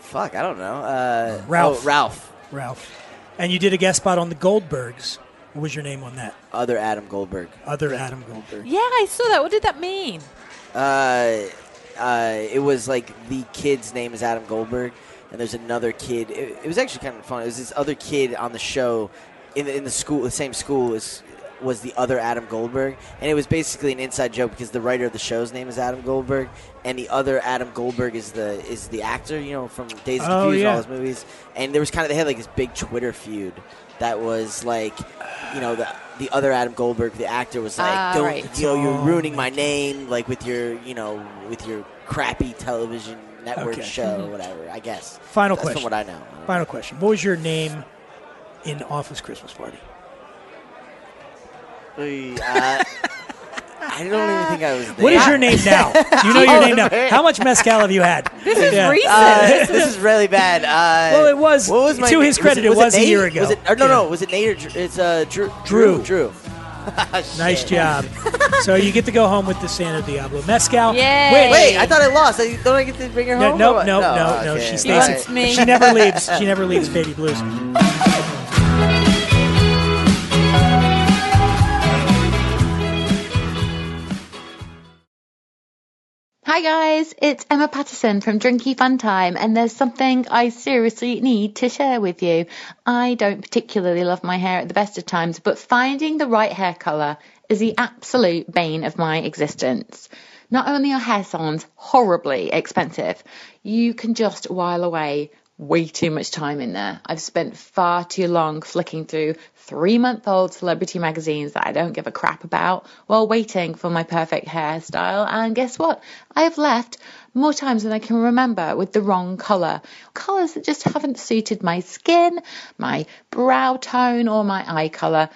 Speaker 8: fuck, I don't know. Uh,
Speaker 6: Ralph.
Speaker 8: oh, Ralph.
Speaker 6: Ralph. And you did a guest spot on the Goldbergs. What was your name on that?
Speaker 8: Other Adam Goldberg.
Speaker 6: Other Adam Goldberg.
Speaker 7: Yeah, I saw that. What did that mean?
Speaker 8: Uh, uh, it was like the kid's name is Adam Goldberg, and there's another kid. It, it was actually kind of fun. It was this other kid on the show, in the, in the school, the same school as was the other Adam Goldberg, and it was basically an inside joke because the writer of the show's name is Adam Goldberg, and the other Adam Goldberg is the is the actor, you know, from Days of
Speaker 6: Oh,
Speaker 8: Confused,
Speaker 6: yeah.
Speaker 8: all his movies. And there was kind of they had like this big Twitter feud that was like, you know, the the other Adam Goldberg, the actor, was like,
Speaker 7: Ah,
Speaker 8: "Don't
Speaker 7: right.
Speaker 8: you know
Speaker 6: Oh
Speaker 8: you're ruining my name like with your you know with your crappy television network
Speaker 6: Okay. Mm-hmm.
Speaker 8: show or whatever i guess
Speaker 6: Final
Speaker 8: that's
Speaker 6: question.
Speaker 8: from what i know
Speaker 6: Final question. What was your name in Office Christmas Party?
Speaker 8: Uh, i don't even think i was there
Speaker 6: What is your name now? You know your name now. How much mezcal have you had?
Speaker 7: Oh, This is
Speaker 6: Yeah.
Speaker 7: recent.
Speaker 8: Uh, this is really bad. Uh,
Speaker 6: Well, it was-
Speaker 8: What was my
Speaker 6: to
Speaker 8: na-
Speaker 6: his credit, it was a
Speaker 8: Nate?
Speaker 6: year ago.
Speaker 8: Was it, or no,
Speaker 6: Yeah.
Speaker 8: no, was it Nate or Dr- it's uh, Drew?
Speaker 6: Drew.
Speaker 8: Drew. Oh,
Speaker 6: Nice job. so you get to go home with the Santa Diablo mezcal.
Speaker 7: Yay.
Speaker 6: which-
Speaker 8: Wait, I thought I lost. I, don't I get to bring her
Speaker 6: No,
Speaker 8: home?
Speaker 6: no,
Speaker 8: or what?
Speaker 6: no, no, no.
Speaker 8: okay.
Speaker 6: She
Speaker 7: He
Speaker 6: stays.
Speaker 7: wants me.
Speaker 6: She never leaves. She never leaves. Baby blues.
Speaker 4: Hi guys, it's Emma Patterson from Drinky Fun Time, and there's something I seriously need to share with you. I don't particularly love my hair at the best of times, but finding the right hair colour is the absolute bane of my existence. Not only are hair salons horribly expensive, you can just while away way too much time in there. I've spent far too long flicking through three month old celebrity magazines that I don't give a crap about while waiting for my perfect hairstyle. And guess what? I have left more times than I can remember with the wrong colour. Colours that just haven't suited my skin, my brow tone, or my eye colour.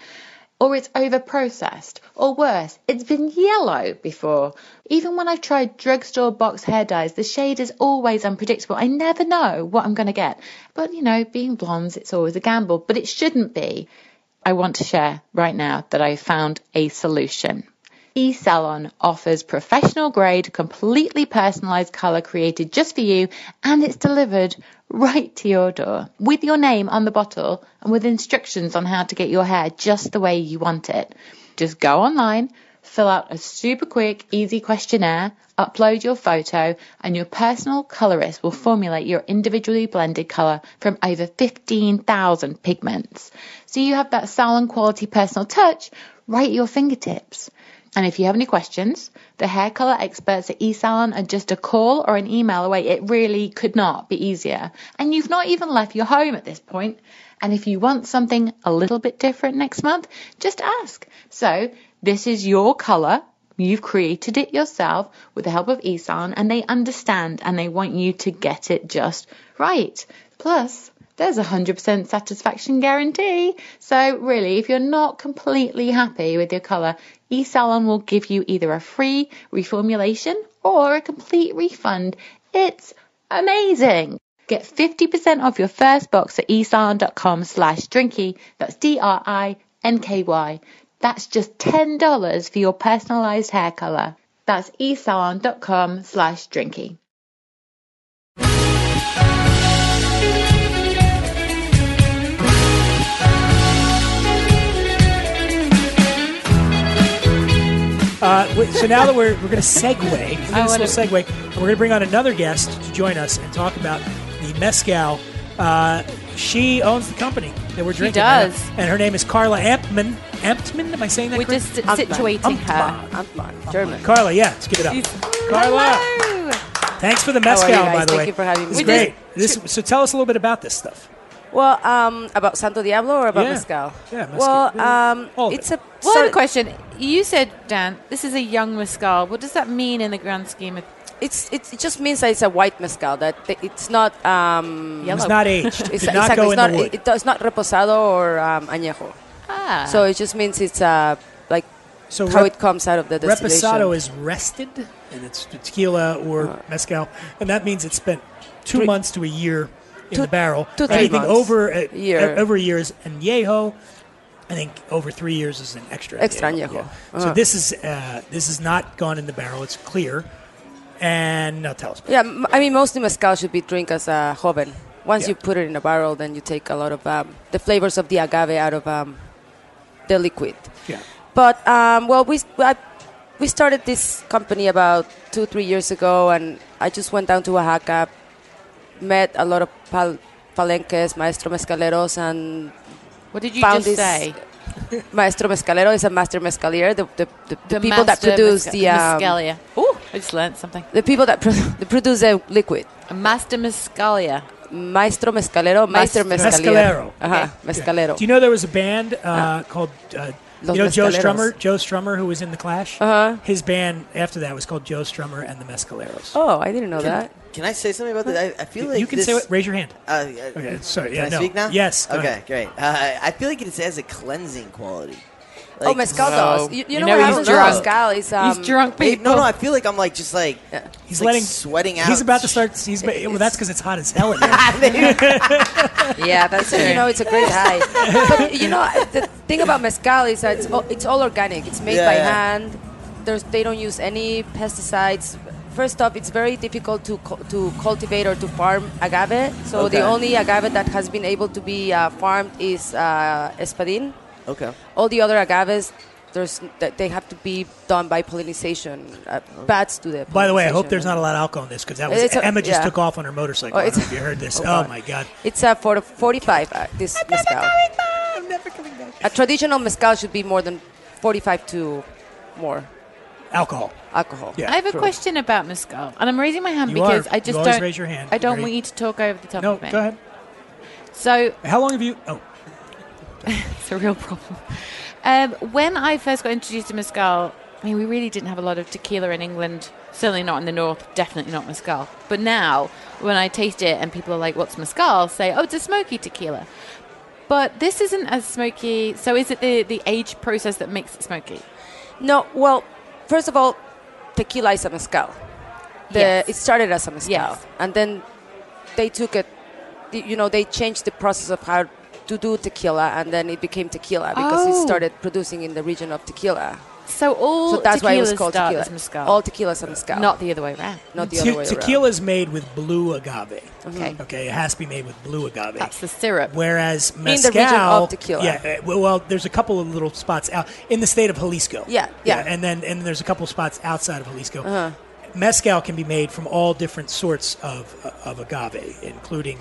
Speaker 7: or it's overprocessed, or worse, it's been yellow before. Even when I've tried drugstore box hair dyes, the shade is always unpredictable. I never know what I'm going to get. But you know, being blondes, it's always a gamble, but it shouldn't be. I want to share right now that I found a solution. eSalon offers professional grade, completely personalized color created just for you, and it's delivered right to your door with your name on the bottle and with instructions on how to get your hair just the way you want it. Just go online, fill out a super quick, easy questionnaire, upload your photo, and your personal colorist will formulate your individually blended color from over 15,000 pigments. So you have that salon quality personal touch right at your fingertips. And if you have any questions, the hair colour experts at eSalon are just a call or an email away. It really could not be easier. And you've not even left your home at this point. And if you want something a little bit different next month, just ask. So this is your colour. You've created it yourself with the help of eSalon and they understand and they want you to get it just right. Plus, there's a 100% satisfaction guarantee. So, really, if you're not completely happy with your colour, eSalon will give you either a free reformulation or a complete refund. It's amazing. Get 50% off your first box at esalon.com slash drinky. That's D-R-I-N-K-Y. That's just $10 for your personalised hair colour. That's esalon.com slash drinky.
Speaker 6: Uh, wait, so now that we're, we're going to segue, we're going
Speaker 5: I
Speaker 6: to
Speaker 5: wanna-
Speaker 6: segue, and we're going to bring on another guest to join us and talk about the mezcal. Uh, she owns the company that we're drinking. right
Speaker 5: does.
Speaker 6: now, and her name is Carla Amptman. Amptman, am I saying that
Speaker 5: We're
Speaker 6: correct?
Speaker 5: just situating her.
Speaker 6: Amtmann.
Speaker 5: Amtmann. German.
Speaker 6: Carla, yeah, let's give it up. Carla,
Speaker 5: Hello.
Speaker 6: thanks for the
Speaker 10: How are
Speaker 6: mezcal,
Speaker 10: you guys?
Speaker 6: by the
Speaker 10: Thank
Speaker 6: way.
Speaker 10: you for having
Speaker 6: It's
Speaker 10: me. We
Speaker 6: great.
Speaker 10: did-
Speaker 6: This, so tell us a little bit about this stuff.
Speaker 10: Well, um, about Santo Diablo or about
Speaker 6: Yeah.
Speaker 10: mezcal?
Speaker 6: Yeah, mezcal.
Speaker 10: Well, um,
Speaker 6: All of
Speaker 10: it's
Speaker 6: it.
Speaker 10: a
Speaker 5: Well, I have
Speaker 10: so
Speaker 5: a question. You said, Dan, this is a young mezcal. What does that mean in the grand scheme of
Speaker 10: it's, it's it just means that it's a white mezcal that th- it's not um,
Speaker 6: It was
Speaker 5: Hello.
Speaker 6: not aged. It
Speaker 10: It's,
Speaker 6: did not
Speaker 10: exactly,
Speaker 6: go
Speaker 10: it's
Speaker 6: in
Speaker 10: not
Speaker 6: the wood.
Speaker 10: it, it's not reposado or um, añejo.
Speaker 5: ah,
Speaker 10: So it just means it's uh, like
Speaker 6: so
Speaker 10: how
Speaker 6: rep-
Speaker 10: it comes out of the distillation. Uh.
Speaker 6: reposado is rested, and it's tequila or mezcal, and that means it spent two
Speaker 10: Three-
Speaker 6: months to a year in
Speaker 10: Two-
Speaker 6: the barrel.
Speaker 10: two, three
Speaker 6: Anything
Speaker 10: months.
Speaker 6: over a,
Speaker 10: Year.
Speaker 6: over a year is añejo. I think over three years is an extra
Speaker 10: Extra añejo.
Speaker 6: yeah. So
Speaker 10: Uh-huh.
Speaker 6: this is uh, this is not gone in the barrel. It's clear, and now tell us.
Speaker 10: Yeah, m- I mean, mostly mezcal should be drink as a joven. Once
Speaker 6: Yeah.
Speaker 10: you put it in a barrel, then you take a lot of um, the flavors of the agave out of um, the liquid.
Speaker 6: Yeah.
Speaker 10: But um, well, we I, we started this company about two three years ago, and I just went down to Oaxaca, met a lot of pal- palenques, maestro mezcaleros, and
Speaker 5: what did you
Speaker 10: found this-
Speaker 5: just say?
Speaker 10: maestro mezcalero is a master mezcalier, the the, the, the
Speaker 5: The
Speaker 10: people that
Speaker 5: master
Speaker 10: produce
Speaker 5: mezca-
Speaker 10: the um,
Speaker 5: mezcalia. Ooh, I just learned something.
Speaker 10: the people that pro- the produce the liquid.
Speaker 5: A master mezcalia.
Speaker 10: Maestro Mezcalero, Master Mezcalier.
Speaker 6: Mezcalero.
Speaker 10: Ajá,
Speaker 5: Okay.
Speaker 10: Mezcalero.
Speaker 6: Do you know there was a band uh,
Speaker 8: Ah.
Speaker 6: called uh, you
Speaker 10: Los
Speaker 6: know Joe
Speaker 10: Mezcaleros.
Speaker 6: Strummer? Joe Strummer, who was in the Clash.
Speaker 10: Uh-huh.
Speaker 6: His band after that was called Joe Strummer and the Mescaleros.
Speaker 10: Oh, I didn't know that.
Speaker 8: Can I say something about that? I, I feel like
Speaker 6: you can
Speaker 8: this,
Speaker 6: say what? Raise your hand.
Speaker 8: Uh, uh,
Speaker 6: Okay, sorry.
Speaker 8: Can
Speaker 6: Yeah,
Speaker 8: I
Speaker 6: no.
Speaker 8: speak now?
Speaker 6: Yes. go
Speaker 8: Okay,
Speaker 6: ahead.
Speaker 8: great. Uh, I feel like it has a cleansing quality.
Speaker 10: oh,
Speaker 8: Like-
Speaker 10: mezcal
Speaker 5: No.
Speaker 10: does. You, you
Speaker 5: You
Speaker 10: know,
Speaker 5: know
Speaker 10: what happens
Speaker 5: he's drunk.
Speaker 10: with mezcal is um,
Speaker 5: He's drunk
Speaker 8: Hey,
Speaker 5: people.
Speaker 8: no, no. I feel like I'm like just like
Speaker 6: He's
Speaker 8: like
Speaker 6: letting
Speaker 8: sweating out.
Speaker 6: He's about to start. He's ba- well. That's because it's hot as hell in here.
Speaker 5: Yeah, that's
Speaker 10: So, you know, it's a great high. but you know, the thing about mezcal is that it's all, it's all organic. It's made
Speaker 8: Yeah,
Speaker 10: by
Speaker 8: yeah.
Speaker 10: hand. There's, they don't use any pesticides. First off, it's very difficult to cu- to cultivate or to farm agave. So the
Speaker 8: Okay.
Speaker 10: only agave that has been able to be uh, farmed is uh, espadín.
Speaker 8: Okay.
Speaker 10: all the other agaves there's that they have to be done by pollination uh, bats do that
Speaker 6: By the way, I hope there's not a lot of alcohol in this because that was
Speaker 10: It's a-
Speaker 6: Emma just
Speaker 10: yeah.
Speaker 6: took off on her motorcycle.
Speaker 10: Oh,
Speaker 6: I don't know
Speaker 10: it's-
Speaker 6: if you heard this.
Speaker 10: Oh,
Speaker 6: Oh,
Speaker 10: God.
Speaker 6: my god.
Speaker 10: it's a for 45 uh, this mezcal
Speaker 6: I'm never coming back.
Speaker 10: a traditional mezcal should be more than 45 to more
Speaker 6: Alcohol.
Speaker 10: alcohol
Speaker 6: Yeah.
Speaker 5: I have a
Speaker 10: True.
Speaker 5: question about mezcal, and I'm raising my hand
Speaker 6: You
Speaker 5: because
Speaker 6: are.
Speaker 5: I
Speaker 6: You
Speaker 5: just
Speaker 6: always
Speaker 5: don't.
Speaker 6: raise your hand.
Speaker 5: I don't
Speaker 6: Very-
Speaker 5: want you to talk over the top
Speaker 6: No.
Speaker 5: of me.
Speaker 6: Go ahead.
Speaker 5: So
Speaker 6: How long have you? Oh,
Speaker 5: it's a real problem. Um, when I first got introduced to mezcal, I mean, we really didn't have a lot of tequila in England. Certainly not in the north. Definitely not mezcal. But now, when I taste it and people are like, "What's mezcal?" I say, "Oh, it's a smoky tequila."
Speaker 7: But this isn't as smoky. So is it the, the age process that makes it smoky?
Speaker 10: No, well, first of all, tequila is a mezcal. The,
Speaker 7: Yes.
Speaker 10: It started as a mezcal,
Speaker 7: Yes.
Speaker 10: and then they took it. the- You know, they changed the process of how to do tequila, and then it became tequila because it
Speaker 7: Oh.
Speaker 10: started producing in the region of tequila.
Speaker 7: So all
Speaker 10: so that's why it was
Speaker 7: tequilas
Speaker 10: called
Speaker 7: start
Speaker 10: tequila.
Speaker 7: as mezcal.
Speaker 10: All tequila is a mezcal,
Speaker 7: Not the other way around.
Speaker 10: not the
Speaker 6: Te-
Speaker 10: other way
Speaker 6: tequila is made with blue agave.
Speaker 7: Okay.
Speaker 6: Okay, it has to be made with blue agave.
Speaker 10: Uh,
Speaker 7: That's the syrup.
Speaker 6: Whereas
Speaker 10: the
Speaker 6: mezcal,
Speaker 10: region of tequila.
Speaker 6: yeah. uh, Well, well, there's a couple of little spots out in the state of Jalisco.
Speaker 10: Yeah, yeah. Uh-huh.
Speaker 6: and then and there's a couple of spots outside of Jalisco. Mezcal can be made from all different sorts of of agave, including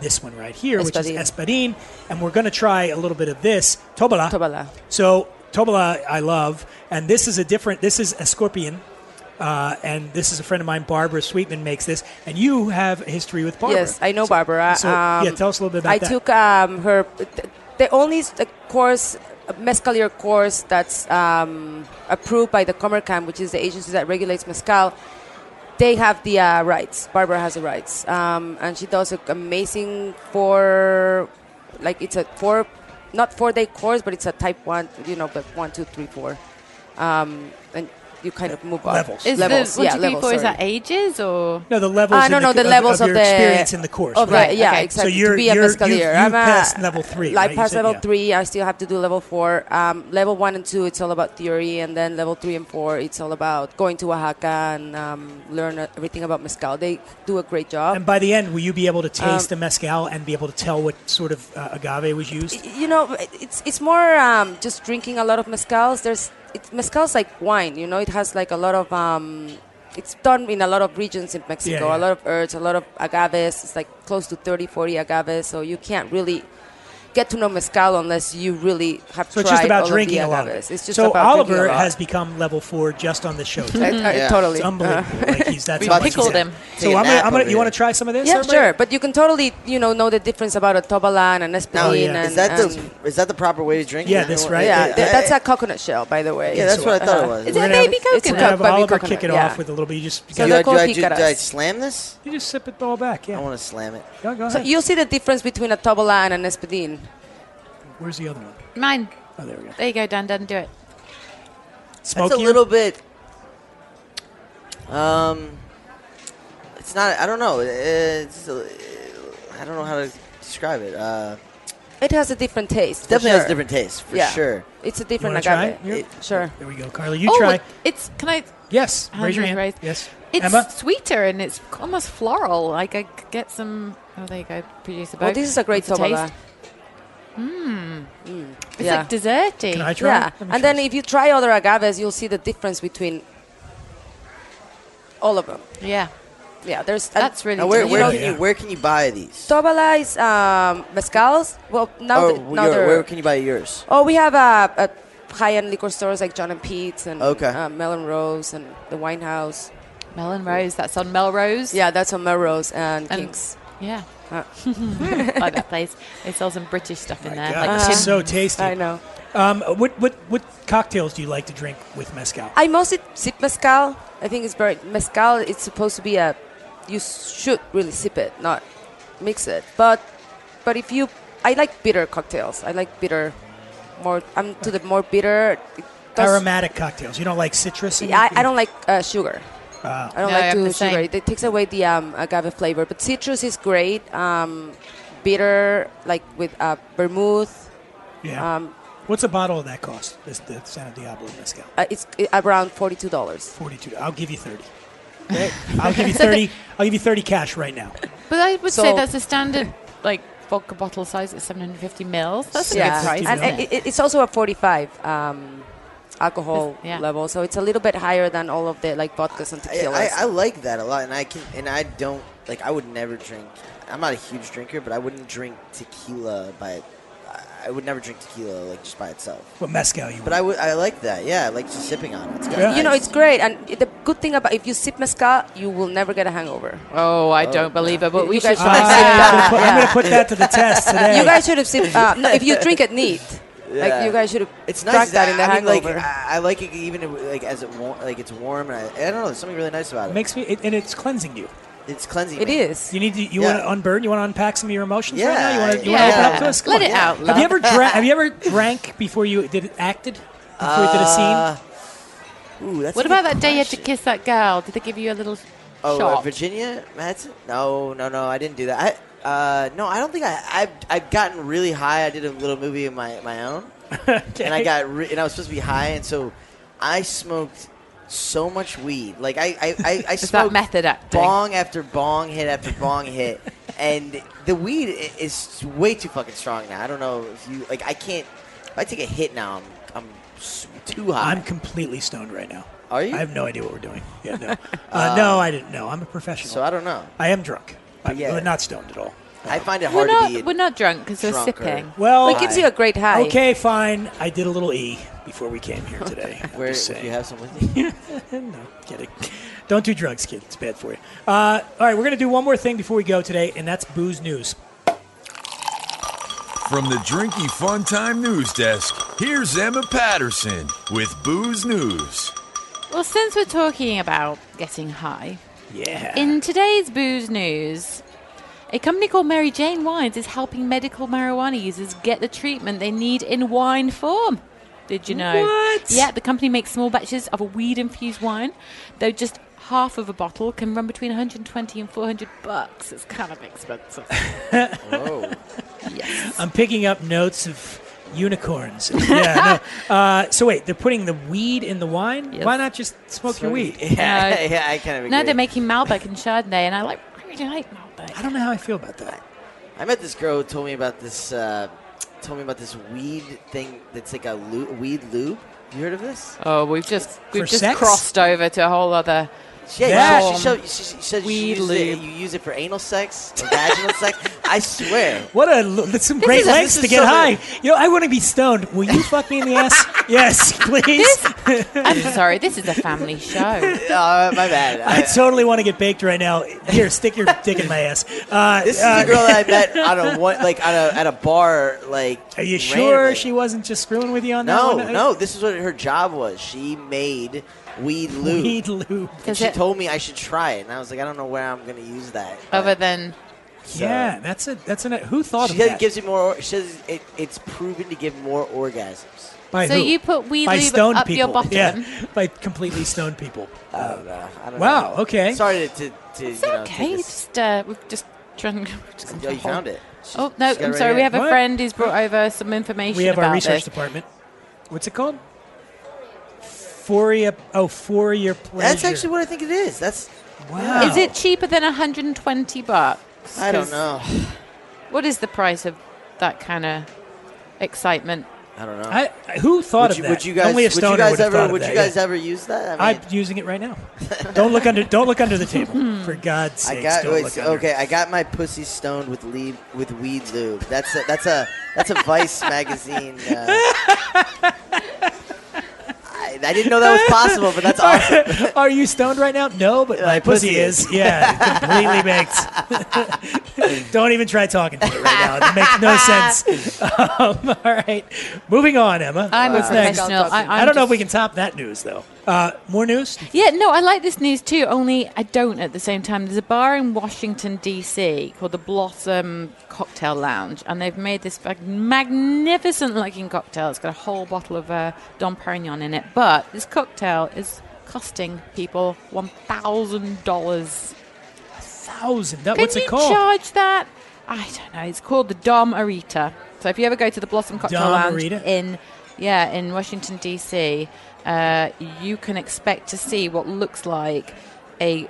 Speaker 6: this one right here, which
Speaker 10: Espadín.
Speaker 6: is espadín, and we're going to try a little bit of this tobala.
Speaker 10: around. Tobala.
Speaker 6: So Tobola, I love, and this is a different. This is a scorpion, uh, and this is a friend of mine, Barbara Sweetman, makes this, and you have a history with Barbara.
Speaker 10: Yes, I know
Speaker 6: So-
Speaker 10: Barbara.
Speaker 6: So,
Speaker 10: um,
Speaker 6: yeah, tell us a little bit about
Speaker 10: I
Speaker 6: that.
Speaker 10: took um, her th- the only s- uh, course uh, mezcalier course that's um, approved by the Comercam, which is the agency that regulates mezcal. They have the uh, rights. Barbara has the rights, um, and she does an amazing four, like it's a four, not four day course, but it's a type one, you know, but one, two, three, four, um, and you kind of move up
Speaker 6: Levels.
Speaker 7: Is
Speaker 10: levels,
Speaker 7: the one,
Speaker 10: yeah,
Speaker 7: two, three,
Speaker 10: levels,
Speaker 7: four, is
Speaker 10: sorry.
Speaker 7: that ages or?
Speaker 6: no, the levels.
Speaker 10: Ah,
Speaker 6: in
Speaker 10: no, no, the
Speaker 6: of-
Speaker 10: levels of
Speaker 6: of, your
Speaker 10: the-
Speaker 6: experience in the course.
Speaker 10: of the-
Speaker 6: right?
Speaker 10: yeah,
Speaker 7: okay.
Speaker 10: exactly.
Speaker 6: So you're-
Speaker 10: to be a
Speaker 6: you're- you-
Speaker 10: mescalier.
Speaker 6: you
Speaker 10: I'm a-
Speaker 6: passed level three,
Speaker 10: I
Speaker 6: right? You
Speaker 10: passed
Speaker 6: said,
Speaker 10: level
Speaker 6: yeah.
Speaker 10: three. I still have to do level four. Um, level one and two, it's all about theory, and then level three and four, it's all about going to Oaxaca and um, learn uh, everything about mezcal. They do a great job.
Speaker 6: And by the end, will you be able to
Speaker 10: Um,
Speaker 6: taste a mezcal and be able to tell what sort of uh, agave was used?
Speaker 10: you know, it's it's more um, just drinking a lot of mezcals. There's it, mezcal's like wine, you know. It has like a lot of um, it's done in a lot of regions in Mexico,
Speaker 6: Yeah, yeah.
Speaker 10: a lot of herbs, a lot of agaves. It's like close to 30, 40 agaves, so you can't really get to know mezcal unless you really have tried
Speaker 6: So it's just
Speaker 10: all
Speaker 6: about
Speaker 10: of the
Speaker 6: drinking a lot. of
Speaker 10: agaves.
Speaker 6: it.
Speaker 10: It's just
Speaker 6: so
Speaker 10: about
Speaker 6: Oliver
Speaker 10: drinking a lot.
Speaker 6: has become level four just on this show.
Speaker 10: I- I-
Speaker 8: Mm.
Speaker 6: today.
Speaker 10: uh, totally Uh-huh.
Speaker 6: It's unbelievable. like he's, that's
Speaker 7: We
Speaker 6: how much he's
Speaker 7: pickled
Speaker 6: had.
Speaker 7: him.
Speaker 6: So
Speaker 8: Take a
Speaker 6: I'm gonna,
Speaker 8: nap
Speaker 6: I'm gonna,
Speaker 8: over
Speaker 6: you want
Speaker 8: here.
Speaker 6: to try some of this?
Speaker 10: yeah,
Speaker 6: everybody?
Speaker 10: sure, but you can totally, you know, know the difference about a tobalan and espadín,
Speaker 8: Now,
Speaker 6: yeah.
Speaker 10: and
Speaker 8: is that
Speaker 10: and-
Speaker 8: the is that the proper way to drink?
Speaker 6: Yeah,
Speaker 8: it?
Speaker 6: that's right.
Speaker 10: yeah,
Speaker 8: I-
Speaker 10: th- that's
Speaker 8: I-
Speaker 10: a coconut shell, by the
Speaker 8: yeah,
Speaker 10: way.
Speaker 8: that's what I thought it was.
Speaker 7: Is
Speaker 10: We're
Speaker 7: it
Speaker 10: gonna have- Uh-huh.
Speaker 7: baby
Speaker 10: it's a
Speaker 6: We're
Speaker 7: coconut?
Speaker 6: gonna have
Speaker 10: Coconut, baby
Speaker 6: Oliver
Speaker 10: coconut,
Speaker 6: kick it
Speaker 10: yeah.
Speaker 6: off with a little bit. You just
Speaker 8: do,
Speaker 10: So
Speaker 8: I,
Speaker 10: they're
Speaker 8: do, I,
Speaker 10: called
Speaker 8: do, do I
Speaker 10: jicaras.
Speaker 8: slam this?
Speaker 6: you just sip it all back. Yeah.
Speaker 8: I want to slam it.
Speaker 6: Yeah, go
Speaker 10: So
Speaker 6: ahead.
Speaker 10: you'll see the difference between a tobola and an espadín.
Speaker 6: Where's the other one?
Speaker 7: Mine.
Speaker 6: Oh, there we go.
Speaker 7: There you go, Dan. Dan, do it.
Speaker 8: It's a
Speaker 6: Smokier?
Speaker 8: little bit. Um, it's not. I don't know. It's. A, I don't know how to describe it. Uh,
Speaker 10: It has a different taste. for
Speaker 8: definitely has
Speaker 10: sure.
Speaker 8: a different taste for
Speaker 10: yeah.
Speaker 8: sure.
Speaker 10: It's a
Speaker 6: You
Speaker 10: different
Speaker 6: wanna try
Speaker 10: agave.
Speaker 6: it? Here?
Speaker 10: It- sure.
Speaker 6: There we go, Carly. You
Speaker 7: oh,
Speaker 6: try.
Speaker 7: it's can I?
Speaker 6: Yes.
Speaker 7: Hand
Speaker 6: Raise your
Speaker 7: was
Speaker 6: hand.
Speaker 7: raised.
Speaker 6: Yes.
Speaker 7: It's
Speaker 6: Emma.
Speaker 7: sweeter and it's almost floral. Like I could get some. Oh, there you go, producer.
Speaker 10: Well,
Speaker 7: Bo.
Speaker 10: this is a great
Speaker 7: What's the
Speaker 10: tobola.
Speaker 7: taste?
Speaker 10: Mm.
Speaker 7: It's
Speaker 10: yeah.
Speaker 7: like desserty.
Speaker 6: Can I try?
Speaker 10: yeah.
Speaker 6: Let me try
Speaker 10: And then
Speaker 6: this.
Speaker 10: if you try other agaves, you'll see the difference between all of them.
Speaker 7: yeah,
Speaker 10: Yeah. There's and
Speaker 7: that's really.
Speaker 8: Now, where,
Speaker 7: good.
Speaker 8: where
Speaker 10: know-
Speaker 8: can you where can you buy these?
Speaker 10: tobola is um, mezcals. Well, now,
Speaker 8: Oh,
Speaker 10: th- now
Speaker 8: your-
Speaker 10: they're-
Speaker 8: where can you buy yours?
Speaker 10: oh, we have uh, uh, high-end liquor stores like John and Pete's and
Speaker 8: Okay.
Speaker 10: uh, Melon Rose and the Wine House.
Speaker 7: Melon Rose. That's on Melrose.
Speaker 10: Yeah, that's on Melrose and,
Speaker 7: And-
Speaker 10: Kings.
Speaker 7: yeah.
Speaker 10: Uh.
Speaker 7: like that place. They sell some British stuff in
Speaker 6: My
Speaker 7: there.
Speaker 6: God,
Speaker 7: Like
Speaker 6: this
Speaker 7: tin.
Speaker 6: is so tasty.
Speaker 10: Um, I know.
Speaker 6: Um, what, what, what cocktails do you like to drink with mezcal?
Speaker 10: I mostly sip mezcal. I think it's very mezcal. It's supposed to be a you should really sip it, not mix it. But but if you, I like bitter cocktails. I like bitter more. I'm to the more bitter. It does-
Speaker 6: Aromatic cocktails. You don't like citrus? in
Speaker 10: I,
Speaker 6: it?
Speaker 10: I don't like uh, sugar. I don't
Speaker 7: No,
Speaker 10: like
Speaker 7: I'm
Speaker 10: to
Speaker 7: the
Speaker 10: sugar.
Speaker 7: same.
Speaker 10: It, it takes away the um, agave flavor. But citrus is great. Um, bitter, like with uh, vermouth.
Speaker 6: Yeah.
Speaker 10: Um,
Speaker 6: What's a bottle of that cost? This the San Diablo mezcal.
Speaker 10: uh, it's uh, around forty-two dollars.
Speaker 6: Forty-two. I'll give you thirty. I'll give you thirty. I'll give you thirty cash right now.
Speaker 7: But I would say
Speaker 10: So-
Speaker 7: that's a standard like vodka bottle size. It's 750 mils. That's
Speaker 10: yeah.
Speaker 7: a good price.
Speaker 10: And
Speaker 7: isn't
Speaker 10: it,
Speaker 7: it?
Speaker 10: it- it's also a 45 um, alcohol
Speaker 7: It's- yeah.
Speaker 10: level, so it's a little bit higher than all of the like vodkas and
Speaker 8: I,
Speaker 10: tequilas.
Speaker 8: I, I like that a lot, and I can and I don't like. I would never drink. I'm not a huge drinker, but I wouldn't drink tequila by. I- I would never drink tequila like just by itself.
Speaker 6: What mezcal you?
Speaker 8: But I would. I like that. Yeah, I like just sipping on it. It's kinda
Speaker 6: Yeah.
Speaker 10: you know,
Speaker 8: nice.
Speaker 10: it's great, and it- the good thing about if you sip mezcal, you will never get a hangover.
Speaker 7: oh, I don't believe it, but we
Speaker 10: You
Speaker 7: should
Speaker 10: guys
Speaker 7: try
Speaker 10: should-
Speaker 7: that.
Speaker 6: Ah. I'm, gonna put, I'm gonna put that to the test today.
Speaker 10: You guys should have sipped. Uh, no, if you drink it neat,
Speaker 8: Yeah.
Speaker 10: like you guys should have
Speaker 8: It's
Speaker 10: struck
Speaker 8: nice
Speaker 10: that in the
Speaker 8: I mean, like
Speaker 10: hangover.
Speaker 8: I, I like it even if- like as it warm, like it's warm, and I, I don't know. There's something really nice about it.
Speaker 6: makes me it, and it's cleansing you.
Speaker 8: it's cleansing.
Speaker 10: It
Speaker 8: me.
Speaker 10: is.
Speaker 6: You need to. You
Speaker 8: Yeah.
Speaker 6: want to unburn. You want to unpack some of your emotions
Speaker 8: Yeah,
Speaker 6: right now. You want to. You
Speaker 7: yeah.
Speaker 6: want to open up to us. Come
Speaker 7: Let
Speaker 6: on.
Speaker 7: it out,
Speaker 6: Have you
Speaker 7: love.
Speaker 6: ever dra- Have you ever drank before you did acted? Before you did a
Speaker 8: Uh,
Speaker 6: scene?
Speaker 8: Ooh, that's
Speaker 7: What
Speaker 8: a good
Speaker 7: about that day you had to
Speaker 8: question.
Speaker 7: kiss that girl? Did they give you a little
Speaker 8: Oh, uh,
Speaker 7: shot?
Speaker 8: Virginia Madsen? No, no, no. I didn't do that. I, uh, no, I don't think I. I've, I've gotten really high. I did a little movie of my my own, and I got re- and I was supposed to be high, and so I smoked so much weed. Like I, I, I, I
Speaker 7: that
Speaker 8: smoked
Speaker 7: method acting?
Speaker 8: bong after bong hit after bong hit, and the weed i- is way too fucking strong now. I don't know if you like. I can't. If I take a hit now, I'm I'm s- too high.
Speaker 6: I'm completely stoned right now.
Speaker 8: Are you? Um,
Speaker 6: I have no idea what we're doing. Yeah, no. uh, no, I didn't know. I'm a professional.
Speaker 8: so I don't know.
Speaker 6: I am drunk. I'm
Speaker 8: Yeah.
Speaker 6: not stoned at all.
Speaker 8: I find it
Speaker 7: We're
Speaker 8: hard to
Speaker 7: not,
Speaker 8: be.
Speaker 7: we're not drunk because we're
Speaker 8: drunk or-
Speaker 7: sipping.
Speaker 6: Well,
Speaker 10: But it gives you a great high.
Speaker 6: okay, fine. I did a little E before we came here today. I'm
Speaker 8: where
Speaker 6: just
Speaker 8: do
Speaker 6: saying.
Speaker 8: you have some with you?
Speaker 6: no, kidding. Don't do drugs, kid. It's bad for you. Uh, all right, we're going to do one more thing before we go today, and that's booze news.
Speaker 5: From the Drinky Fun Time News Desk, here's Emma Patterson with Booze News.
Speaker 7: Well, since we're talking about getting high,
Speaker 6: Yeah.
Speaker 7: in today's booze news, a company called Mary Jane Wines is helping medical marijuana users get the treatment they need in wine form. Did you know?
Speaker 6: What?
Speaker 7: Yeah, the company makes small batches of a weed infused wine, though just half of a bottle can run between 120 and 400 bucks. It's kind of expensive.
Speaker 8: Oh.
Speaker 7: yes.
Speaker 6: I'm picking up notes of unicorns. yeah. No. Uh, so wait, they're putting the weed in the wine.
Speaker 7: Yes.
Speaker 6: Why not just smoke your weed?
Speaker 8: Yeah,
Speaker 7: No.
Speaker 8: yeah, I kind of agree.
Speaker 7: No, they're making Malbec and Chardonnay, and I like I really like Malbec.
Speaker 6: I don't know how I feel about that.
Speaker 8: I met this girl who told me about this. Uh, told me about this weed thing that's like a lu- weed lube. You heard of this?
Speaker 7: Oh, we've just we've
Speaker 6: For
Speaker 7: just
Speaker 6: sex?
Speaker 7: crossed over to a whole other.
Speaker 8: Yeah,
Speaker 6: That-
Speaker 8: she, showed, she, she said
Speaker 7: Weed
Speaker 8: she used it,
Speaker 7: lube.
Speaker 8: you use it for anal sex, or vaginal sex. I swear.
Speaker 6: What a lo- that's some great
Speaker 7: is a-
Speaker 6: lengths
Speaker 8: this
Speaker 6: to
Speaker 8: is
Speaker 6: get
Speaker 8: so
Speaker 6: high.
Speaker 8: good.
Speaker 6: You know, I want to be stoned. Will you fuck me in the ass? yes, please.
Speaker 7: I'm sorry, this is a family show.
Speaker 8: Uh, my bad.
Speaker 6: I
Speaker 8: I,
Speaker 6: totally want to get baked right now. Here, stick your dick in my ass. Uh,
Speaker 8: this is
Speaker 6: uh,
Speaker 8: a girl that I met on a one, like on a, at a bar. Like,
Speaker 6: Are
Speaker 8: randomly.
Speaker 6: you sure she wasn't just screwing with you on that
Speaker 8: No,
Speaker 6: one?
Speaker 8: no. This is what her job was. She made weed lube.
Speaker 6: Weed lube.
Speaker 8: And
Speaker 7: Does
Speaker 8: she
Speaker 7: it,
Speaker 8: told me I should try it, and I was like, I don't know where I'm going to use that.
Speaker 7: other than
Speaker 8: So-
Speaker 6: Yeah, that's a that's an who thought
Speaker 8: She
Speaker 6: of
Speaker 8: says
Speaker 6: that?
Speaker 8: it gives you more. She says it, it's proven to give more orgasms.
Speaker 6: By
Speaker 7: so
Speaker 6: who?
Speaker 7: you put weed
Speaker 6: by
Speaker 7: lube
Speaker 6: stoned
Speaker 7: up
Speaker 6: people.
Speaker 7: your bottom.
Speaker 6: Yeah, by completely stoned people.
Speaker 8: I don't know. I don't
Speaker 6: Wow,
Speaker 8: know.
Speaker 6: okay.
Speaker 8: Sorry to. to, to
Speaker 7: It's
Speaker 8: you know,
Speaker 7: okay.
Speaker 8: take this-
Speaker 7: Just uh, we've just trying. just gone
Speaker 8: Oh, you
Speaker 7: to a
Speaker 8: found
Speaker 7: whole-
Speaker 8: it. She's-
Speaker 7: Oh no,
Speaker 8: she's got it
Speaker 7: I'm
Speaker 8: right
Speaker 7: sorry. We
Speaker 8: here.
Speaker 7: have
Speaker 6: What?
Speaker 7: a friend who's brought over some information.
Speaker 6: we have
Speaker 7: about
Speaker 6: our
Speaker 7: this.
Speaker 6: research department. What's it called? Foria. Oh, for your pleasure.
Speaker 8: That's actually what I think it is. That's.
Speaker 6: Wow.
Speaker 7: Is it cheaper than 120 bucks?
Speaker 8: I don't
Speaker 7: 'Cause
Speaker 8: know.
Speaker 7: What is the price of that kind of excitement?
Speaker 8: I don't know.
Speaker 6: I, who
Speaker 8: would,
Speaker 6: thought of
Speaker 8: you,
Speaker 6: that?
Speaker 8: would you guys?
Speaker 6: Only a
Speaker 8: would you
Speaker 6: stoner
Speaker 8: guys
Speaker 6: would have
Speaker 8: ever?
Speaker 6: thought of
Speaker 8: Would
Speaker 6: that,
Speaker 8: you
Speaker 6: yeah.
Speaker 8: guys ever use that? I
Speaker 6: I'm
Speaker 8: mean,
Speaker 6: using it right now. Don't look under. Don't look under the table. For God's
Speaker 8: I
Speaker 6: sake,
Speaker 8: got.
Speaker 6: don't
Speaker 8: wait,
Speaker 6: look under.
Speaker 8: okay, I got my pussy stoned with lead, with weed lube. That's a, that's a that's a Vice magazine. Uh, I, I didn't know that was possible, but that's awesome.
Speaker 6: Are you stoned right now? No, but my pussy,
Speaker 8: pussy
Speaker 6: is. Yeah, completely baked. Don't even try talking to me right now. It makes no sense. Um, all right, moving on, Emma.
Speaker 7: I'm a
Speaker 8: Uh,
Speaker 6: What's next?
Speaker 7: professional. I,
Speaker 6: I
Speaker 7: I'm
Speaker 6: don't know if
Speaker 7: just-
Speaker 6: we can top that news though. Uh, more news.
Speaker 7: Yeah, no, I like this news too, only I don't at the same time. There's a bar in Washington, D.C. called the Blossom Cocktail Lounge, and they've made this fag- magnificent looking cocktail. It's got a whole bottle of uh, Dom Perignon in it, but this cocktail is costing people $1,000.
Speaker 6: Thousand. That,
Speaker 7: Can
Speaker 6: what's
Speaker 7: you
Speaker 6: it called?
Speaker 7: charge that? I don't know. It's called the Dom Arita. So if you ever go to the Blossom Cocktail
Speaker 6: Dom
Speaker 7: Lounge
Speaker 6: Arita?
Speaker 7: in yeah in Washington D.C., uh, you can expect to see what looks like a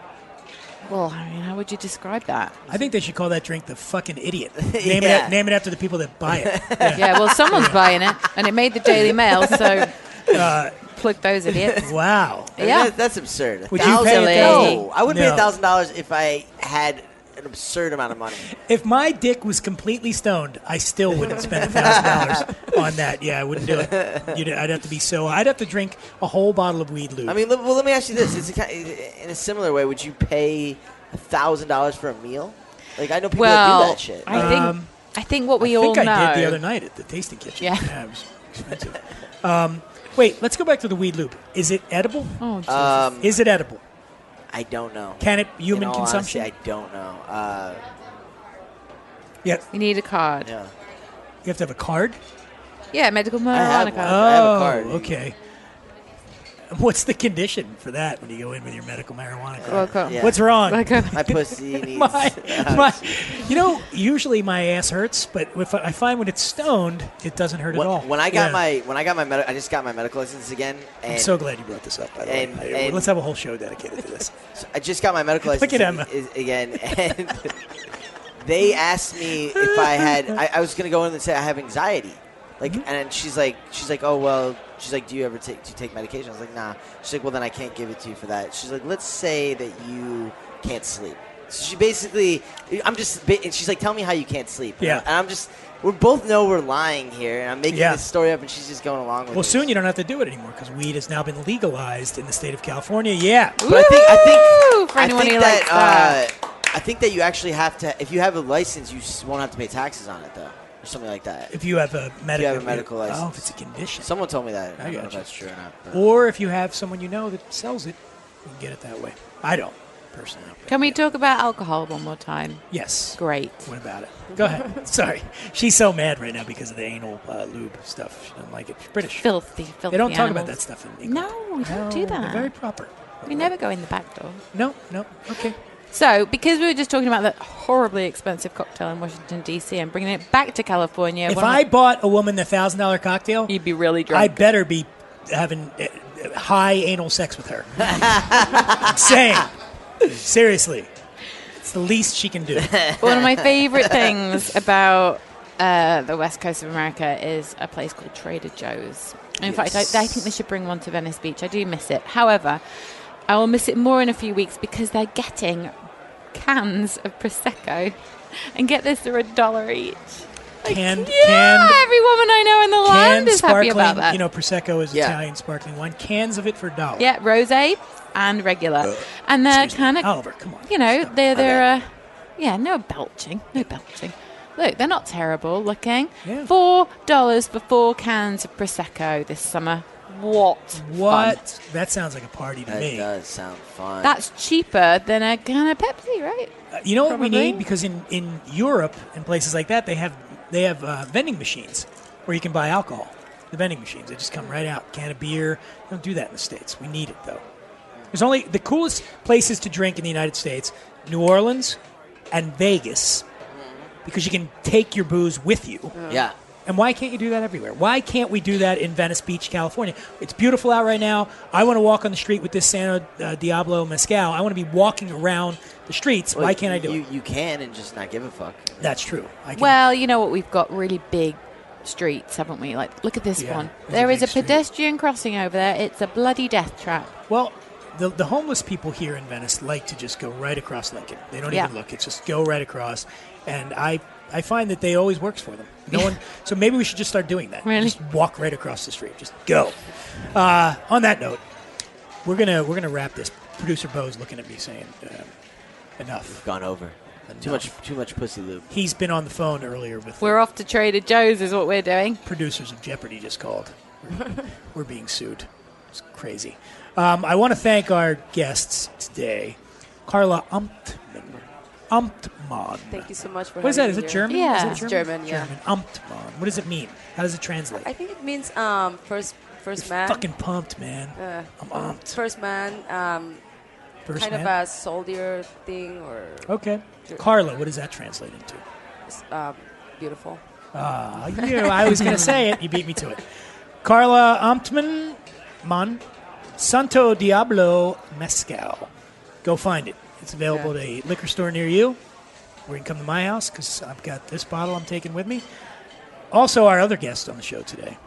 Speaker 7: well. I mean, how would you describe that?
Speaker 6: I think they should call that drink the fucking idiot. Name
Speaker 8: Yeah.
Speaker 6: it. Name it after the people that buy it.
Speaker 7: yeah. Well, someone's buying it, and it made the Daily Mail. So
Speaker 6: Uh,
Speaker 7: plug those idiots.
Speaker 6: wow.
Speaker 8: I mean,
Speaker 7: Yeah.
Speaker 8: that- that's absurd. A
Speaker 6: Would you
Speaker 7: pay a
Speaker 8: thousand-
Speaker 7: thousand?
Speaker 8: No, I would pay
Speaker 6: No.
Speaker 8: a thousand dollars if I had an absurd amount of money.
Speaker 6: If my dick was completely stoned, I still wouldn't spend thousand dollars on that. Yeah, I wouldn't do it. You'd, I'd have to be so. I'd have to drink a whole bottle of weed lube.
Speaker 8: I mean, let- well, let me ask you this: it's a, ki- in a similar way, would you pay a thousand dollars for a meal? Like I know people that do
Speaker 7: Well,
Speaker 8: that shit.
Speaker 7: I think
Speaker 6: Um,
Speaker 7: I think what we
Speaker 6: I think
Speaker 7: all know.
Speaker 6: I did the other night at the tasting kitchen.
Speaker 7: Yeah.
Speaker 6: it was expensive. um, wait, let's go back to the weed lube. Is it edible?
Speaker 7: Oh, Jesus.
Speaker 8: Um,
Speaker 6: Is it edible?
Speaker 8: I don't know.
Speaker 6: Can it be human
Speaker 8: In all
Speaker 6: consumption?
Speaker 8: Honesty, I don't know. Uh,
Speaker 6: Yeah,
Speaker 7: You need a card.
Speaker 8: yeah.
Speaker 7: Yeah,
Speaker 6: you have to have a card.
Speaker 7: medical
Speaker 8: I have
Speaker 7: marijuana
Speaker 8: one.
Speaker 7: card.
Speaker 8: I have a
Speaker 6: Oh,
Speaker 8: card.
Speaker 6: okay. What's the condition for that when you go in with your medical marijuana card?
Speaker 7: Welcome.
Speaker 8: Yeah.
Speaker 6: What's wrong?
Speaker 7: Welcome.
Speaker 8: My pussy needs. uh,
Speaker 6: my, my, you know, usually my ass hurts, but if I, I find when it's stoned, it doesn't hurt
Speaker 8: when,
Speaker 6: at all.
Speaker 8: when I got
Speaker 6: Yeah.
Speaker 8: my when I got my med- I just got my medical license again, and
Speaker 6: I'm so glad you brought this up, by the
Speaker 8: and-
Speaker 6: way. I-
Speaker 8: and-
Speaker 6: Let's have a whole show dedicated to this.
Speaker 8: I just got my medical license
Speaker 6: Look at Emma.
Speaker 8: ag- is- again, and they asked me if I had. I, I was gonna go in and say I have anxiety, like,
Speaker 6: Mm-hmm.
Speaker 8: and she's like, she's like, oh well, she's like, do you ever take do you take medication? I was like, nah. She's like, well then I can't give it to you for that. She's like, let's say that you can't sleep. So she basically, I'm just, ba- and she's like, tell me how you can't sleep.
Speaker 6: Yeah.
Speaker 8: and I'm just. We both know we're lying here, and I'm making
Speaker 6: Yeah.
Speaker 8: this story up, and she's just going along with it.
Speaker 6: Well, soon you don't have to do it anymore because weed has now been legalized in the state of California. Yeah.
Speaker 8: But I think I
Speaker 7: Woo!
Speaker 8: think
Speaker 7: For
Speaker 8: I
Speaker 7: anyone
Speaker 8: think
Speaker 7: who
Speaker 8: that,
Speaker 7: likes that.
Speaker 8: Uh, I think that you actually have to. If you have a license, you s- won't have to pay taxes on it though, or something like that.
Speaker 6: If you have a medical,
Speaker 8: medical
Speaker 6: Oh,
Speaker 8: license.
Speaker 6: if it's a condition.
Speaker 8: Someone told me that. I,
Speaker 6: I
Speaker 8: don't know if
Speaker 6: gotcha.
Speaker 8: that's true or not. but-
Speaker 6: or if you have someone you know that sells it, you can get it that way. I don't, personally.
Speaker 8: uh,
Speaker 6: but
Speaker 7: Can we
Speaker 6: yeah.
Speaker 7: talk about alcohol one more time?
Speaker 6: Yes.
Speaker 7: Great.
Speaker 6: What about it? Go ahead. Sorry. She's so mad right now because of the anal uh, lube stuff. She doesn't like it. She's British.
Speaker 7: Filthy, filthy.
Speaker 6: they don't talk about that
Speaker 7: animals.
Speaker 6: stuff in England.
Speaker 7: No, we don't do
Speaker 6: they're
Speaker 7: that.
Speaker 6: Very proper.
Speaker 7: We never go in the back door.
Speaker 6: No, no. Okay.
Speaker 7: So, because we were just talking about that horribly expensive cocktail in Washington D.C. and bringing it back to California,
Speaker 6: If
Speaker 7: one of
Speaker 6: I bought a woman a thousand dollar cocktail,
Speaker 7: the- you'd be really
Speaker 6: I
Speaker 7: drunk.
Speaker 6: better be having uh, uh, high anal sex with her. I'm saying, seriously, it's the least she can do.
Speaker 7: one of my favorite things about uh, the west coast of America is a place called Trader Joe's. In fact, I, I think they should bring one to Venice Beach. I do miss it. However, I will miss it more in a few weeks because they're getting cans of prosecco, and get this, they're a dollar each.
Speaker 6: Canned,
Speaker 7: yeah,
Speaker 6: canned,
Speaker 7: every woman I know in the land
Speaker 6: canned
Speaker 7: is happy
Speaker 6: sparkling.
Speaker 7: about that.
Speaker 6: You know, prosecco is
Speaker 8: Yeah.
Speaker 6: Italian sparkling wine. Cans of it for a dollar.
Speaker 7: Yeah, rosé and regular, and they're
Speaker 6: Uh, Excuse me.
Speaker 7: kind of,
Speaker 6: Oliver, come on.
Speaker 7: you know, they're they're uh, yeah, no belching, no belching. Look, they're not terrible looking.
Speaker 6: Yeah.
Speaker 7: Four dollars for four cans of prosecco this summer. What? fun.
Speaker 6: What? That sounds like a party to
Speaker 8: that
Speaker 6: me.
Speaker 8: does sound fun.
Speaker 7: That's cheaper than a can of Pepsi, right?
Speaker 6: Uh, You know what we
Speaker 7: Probably.
Speaker 6: need because in, in Europe and places like that they have they have uh, vending machines where you can buy alcohol. The vending machines they just come right out, can of beer. They don't do that in the states. We need it though. There's only the coolest places to drink in the United States: New Orleans and Vegas, because you can take your booze with you.
Speaker 8: yeah.
Speaker 6: And why can't you do that everywhere? Why can't we do that in Venice Beach, California? It's beautiful out right now. I want to walk on the street with this Santo uh, Diablo Mezcal. I want to be walking around the streets. why
Speaker 8: Well,
Speaker 6: can't I do
Speaker 8: you,
Speaker 6: it?
Speaker 8: You can and just not give a fuck.
Speaker 6: That's true. I can,
Speaker 7: Well, you know what? We've got really big streets, haven't we? Like, look at this
Speaker 6: Yeah,
Speaker 7: one.
Speaker 6: it's a
Speaker 7: There is
Speaker 6: big
Speaker 7: a
Speaker 6: street.
Speaker 7: pedestrian crossing over there. It's a bloody death trap.
Speaker 6: well the, the homeless people here in Venice like to just go right across Lincoln. They don't
Speaker 7: Yeah.
Speaker 6: even look. It's just go right across. And I, I find that they always works for them. No one. So maybe we should just start doing that.
Speaker 7: Really?
Speaker 6: Just walk right across the street. Just go. Uh, on that note, we're gonna we're gonna wrap this. Producer Bo's looking at me saying, um, "Enough."
Speaker 8: Gone over. Too much. Too much pussy lube.
Speaker 6: He's been on the phone earlier with
Speaker 7: We're off to Trader Joe's, is what we're doing.
Speaker 6: producers of Jeopardy just called. We're- We're being sued. It's crazy. Um, I want to thank our guests today, Carla Amtmann. Amtmann.
Speaker 10: Thank you so much for
Speaker 6: What is that?
Speaker 10: having
Speaker 6: Is
Speaker 10: me
Speaker 6: it
Speaker 10: here.
Speaker 6: German?
Speaker 7: Yeah.
Speaker 6: Is it
Speaker 10: It's
Speaker 6: German?
Speaker 10: German, yeah.
Speaker 6: Amtmann. What does it mean? How does it translate?
Speaker 10: I think it means um, first first man.
Speaker 6: Fucking pumped, man.
Speaker 10: Uh,
Speaker 6: I'm amped.
Speaker 10: First man, um,
Speaker 6: First
Speaker 10: kind
Speaker 6: man.
Speaker 10: of a soldier thing or
Speaker 6: okay. Carla, what does that translate into?
Speaker 10: um, beautiful.
Speaker 6: Ah, you. I was going to say it. You beat me to it. Carla Amtman, Mon, Santo Diablo Mezcal. Go find it. It's available at a liquor store near you. Or you can come to my house because I've got this bottle I'm taking with me. Also, our other guest on the show today,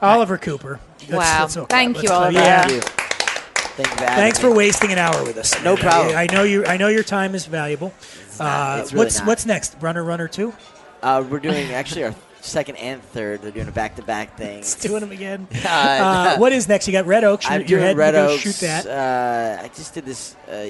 Speaker 6: Oliver Cooper. That's-
Speaker 7: Wow.
Speaker 6: that's okay.
Speaker 7: Thank
Speaker 6: Let's
Speaker 7: you,
Speaker 6: call-
Speaker 7: Oliver.
Speaker 6: Yeah.
Speaker 8: Thank you. Thank you for having
Speaker 6: Thanks
Speaker 8: me.
Speaker 6: for wasting an hour with us.
Speaker 8: No problem.
Speaker 6: I know you. I know your time is valuable.
Speaker 8: not.
Speaker 6: Uh,
Speaker 8: It's really
Speaker 6: what's
Speaker 8: not.
Speaker 6: What's next? Runner, runner two.
Speaker 8: Uh, we're doing actually our second and third. They're doing a back-to-back thing.
Speaker 6: It's doing them again.
Speaker 8: Uh,
Speaker 6: Uh, what is next? You got Red Oak. Shoot,
Speaker 8: I'm
Speaker 6: your
Speaker 8: doing
Speaker 6: head.
Speaker 8: Red
Speaker 6: you go
Speaker 8: Oaks.
Speaker 6: shoot that.
Speaker 8: Uh, I just did this uh,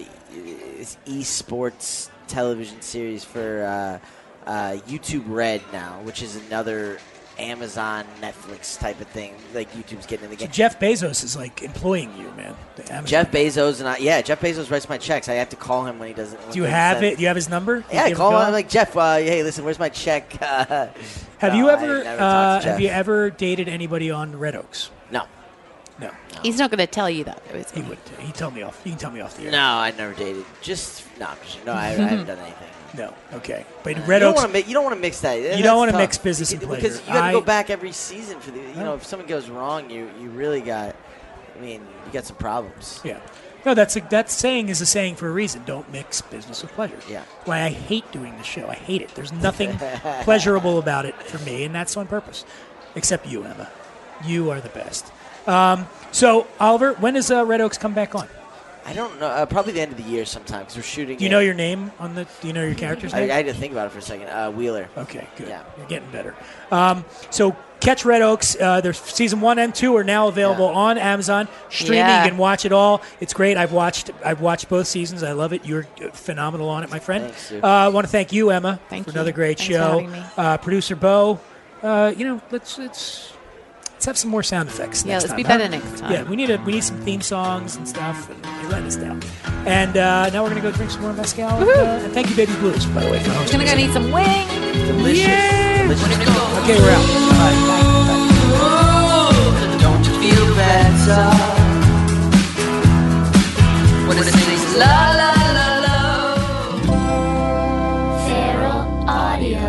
Speaker 8: this esports television series for uh, uh, YouTube Red now, which is another Amazon, Netflix type of thing. Like YouTube's getting in the game.
Speaker 6: Jeff Bezos is like employing you, man. The Amazon-
Speaker 8: Jeff Bezos and I, yeah, Jeff Bezos writes my checks. I have to call him when he doesn't.
Speaker 6: Do you
Speaker 8: when he
Speaker 6: have
Speaker 8: sends-
Speaker 6: it? Do you have his number?
Speaker 8: Yeah,
Speaker 6: You
Speaker 8: I
Speaker 6: give
Speaker 8: call him.
Speaker 6: a
Speaker 8: I'm like Jeff. Uh, hey, listen, where's my check? have
Speaker 6: Have you ever uh, have you
Speaker 8: ever?
Speaker 6: ever dated anybody on Red Oaks?
Speaker 8: No,
Speaker 6: No,
Speaker 7: He's not going to tell you that. though, is
Speaker 6: he
Speaker 7: he?
Speaker 6: would. He told me off. You can tell me off the air.
Speaker 8: no, I never dated. Just no, I'm just, no, I, I haven't done anything.
Speaker 6: No. Okay. But
Speaker 8: you
Speaker 6: Red
Speaker 8: don't
Speaker 6: Oaks.
Speaker 8: want to mi- you don't want to mix that. You
Speaker 6: wanna mix business and pleasure.
Speaker 8: because you got to
Speaker 6: I-
Speaker 8: go back every season for the. You
Speaker 6: No.
Speaker 8: know, if something goes wrong, you you really got. I mean, you got some problems.
Speaker 6: Yeah. No, that's a, that saying is a saying for a reason. Don't mix business with pleasure.
Speaker 8: Yeah.
Speaker 6: Why I hate doing the show. I hate it. There's nothing pleasurable about it for me, and that's on purpose. Except you, Emma. You are the best. Um, so, Oliver, when does uh, Red Oaks come back on?
Speaker 8: I don't know. Uh, probably the end of the year sometime because we're shooting.
Speaker 6: Do you
Speaker 8: it.
Speaker 6: know your name on the? Do you know your character's
Speaker 8: I,
Speaker 6: name?
Speaker 8: I had to think about it for a second. Uh, Wheeler.
Speaker 6: Okay, good.
Speaker 8: Yeah.
Speaker 6: You're getting better. Um, so catch Red Oaks. Uh, their season one and two are now available
Speaker 8: Yeah.
Speaker 6: on Amazon streaming.
Speaker 7: Yeah.
Speaker 6: You can watch it all. It's great. I've watched. I've watched both seasons. I love it. You're phenomenal on it, my friend.
Speaker 8: Thanks, Sue.
Speaker 6: uh, I want to thank you, Emma,
Speaker 7: Thank
Speaker 6: for
Speaker 7: you.
Speaker 6: another great
Speaker 7: Thanks for
Speaker 6: show.
Speaker 7: having me.
Speaker 6: Uh, Producer Bo. Uh, you know, let's let's let's have some more sound effects.
Speaker 7: Yeah,
Speaker 6: next
Speaker 7: let's
Speaker 6: time,
Speaker 7: be
Speaker 6: huh?
Speaker 7: better next time.
Speaker 6: Yeah, we need a, we need some theme songs and stuff. And you're letting us down. And uh, now we're gonna go drink some more mezcal. And,
Speaker 7: Woohoo.
Speaker 6: uh, and thank you, Baby Blues, by the way, for hosting.
Speaker 7: Gonna
Speaker 6: us.
Speaker 7: go need some wings.
Speaker 8: Delicious. Delicious.
Speaker 6: Okay, we're out. Bye.
Speaker 11: Don't you feel better? When it sings la la la la.
Speaker 12: Feral Audio.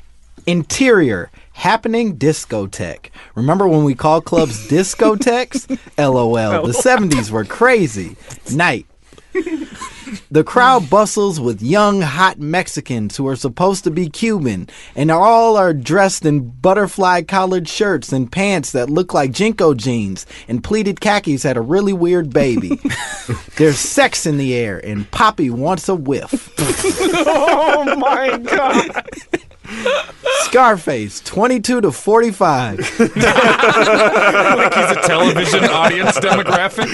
Speaker 13: Interior, happening discotheque. Remember when we call clubs discotheques? LOL. The 70s were crazy. Night. The crowd bustles with young, hot Mexicans who are supposed to be Cuban, and all are dressed in butterfly collared shirts and pants that look like Jinko jeans, and pleated khakis had a really weird baby. There's sex in the air, and Poppy wants a whiff.
Speaker 14: Oh my god.
Speaker 13: Scarface, 22 to 45.
Speaker 15: Like he's a television audience demographic.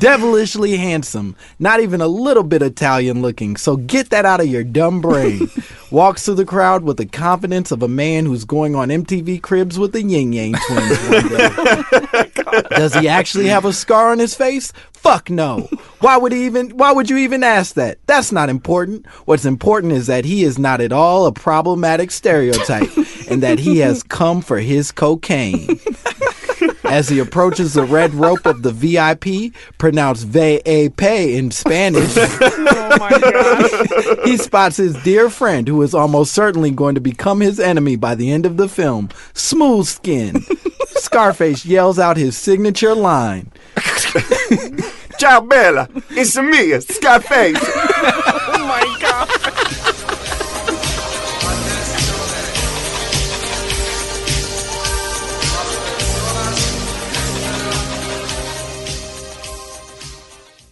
Speaker 13: Devilishly handsome. Not even a little bit Italian looking, so get that out of your dumb brain. Walks through the crowd with the confidence of a man who's going on MTV Cribs with the Yin Yang twins one day. Does he actually have a scar on his face? Fuck no. Why would he even why would you even ask that? That's not important. What's important is that he is not at all a problematic stereotype and that he has come for his cocaine. As he approaches the red rope of the VIP, pronounced VAP in Spanish,
Speaker 14: Oh my god.
Speaker 13: he spots his dear friend who is almost certainly going to become his enemy by the end of the film, Smooth Skin. Scarface yells out his signature line.
Speaker 14: Ciao Bella, it's me, Scarface. oh my god.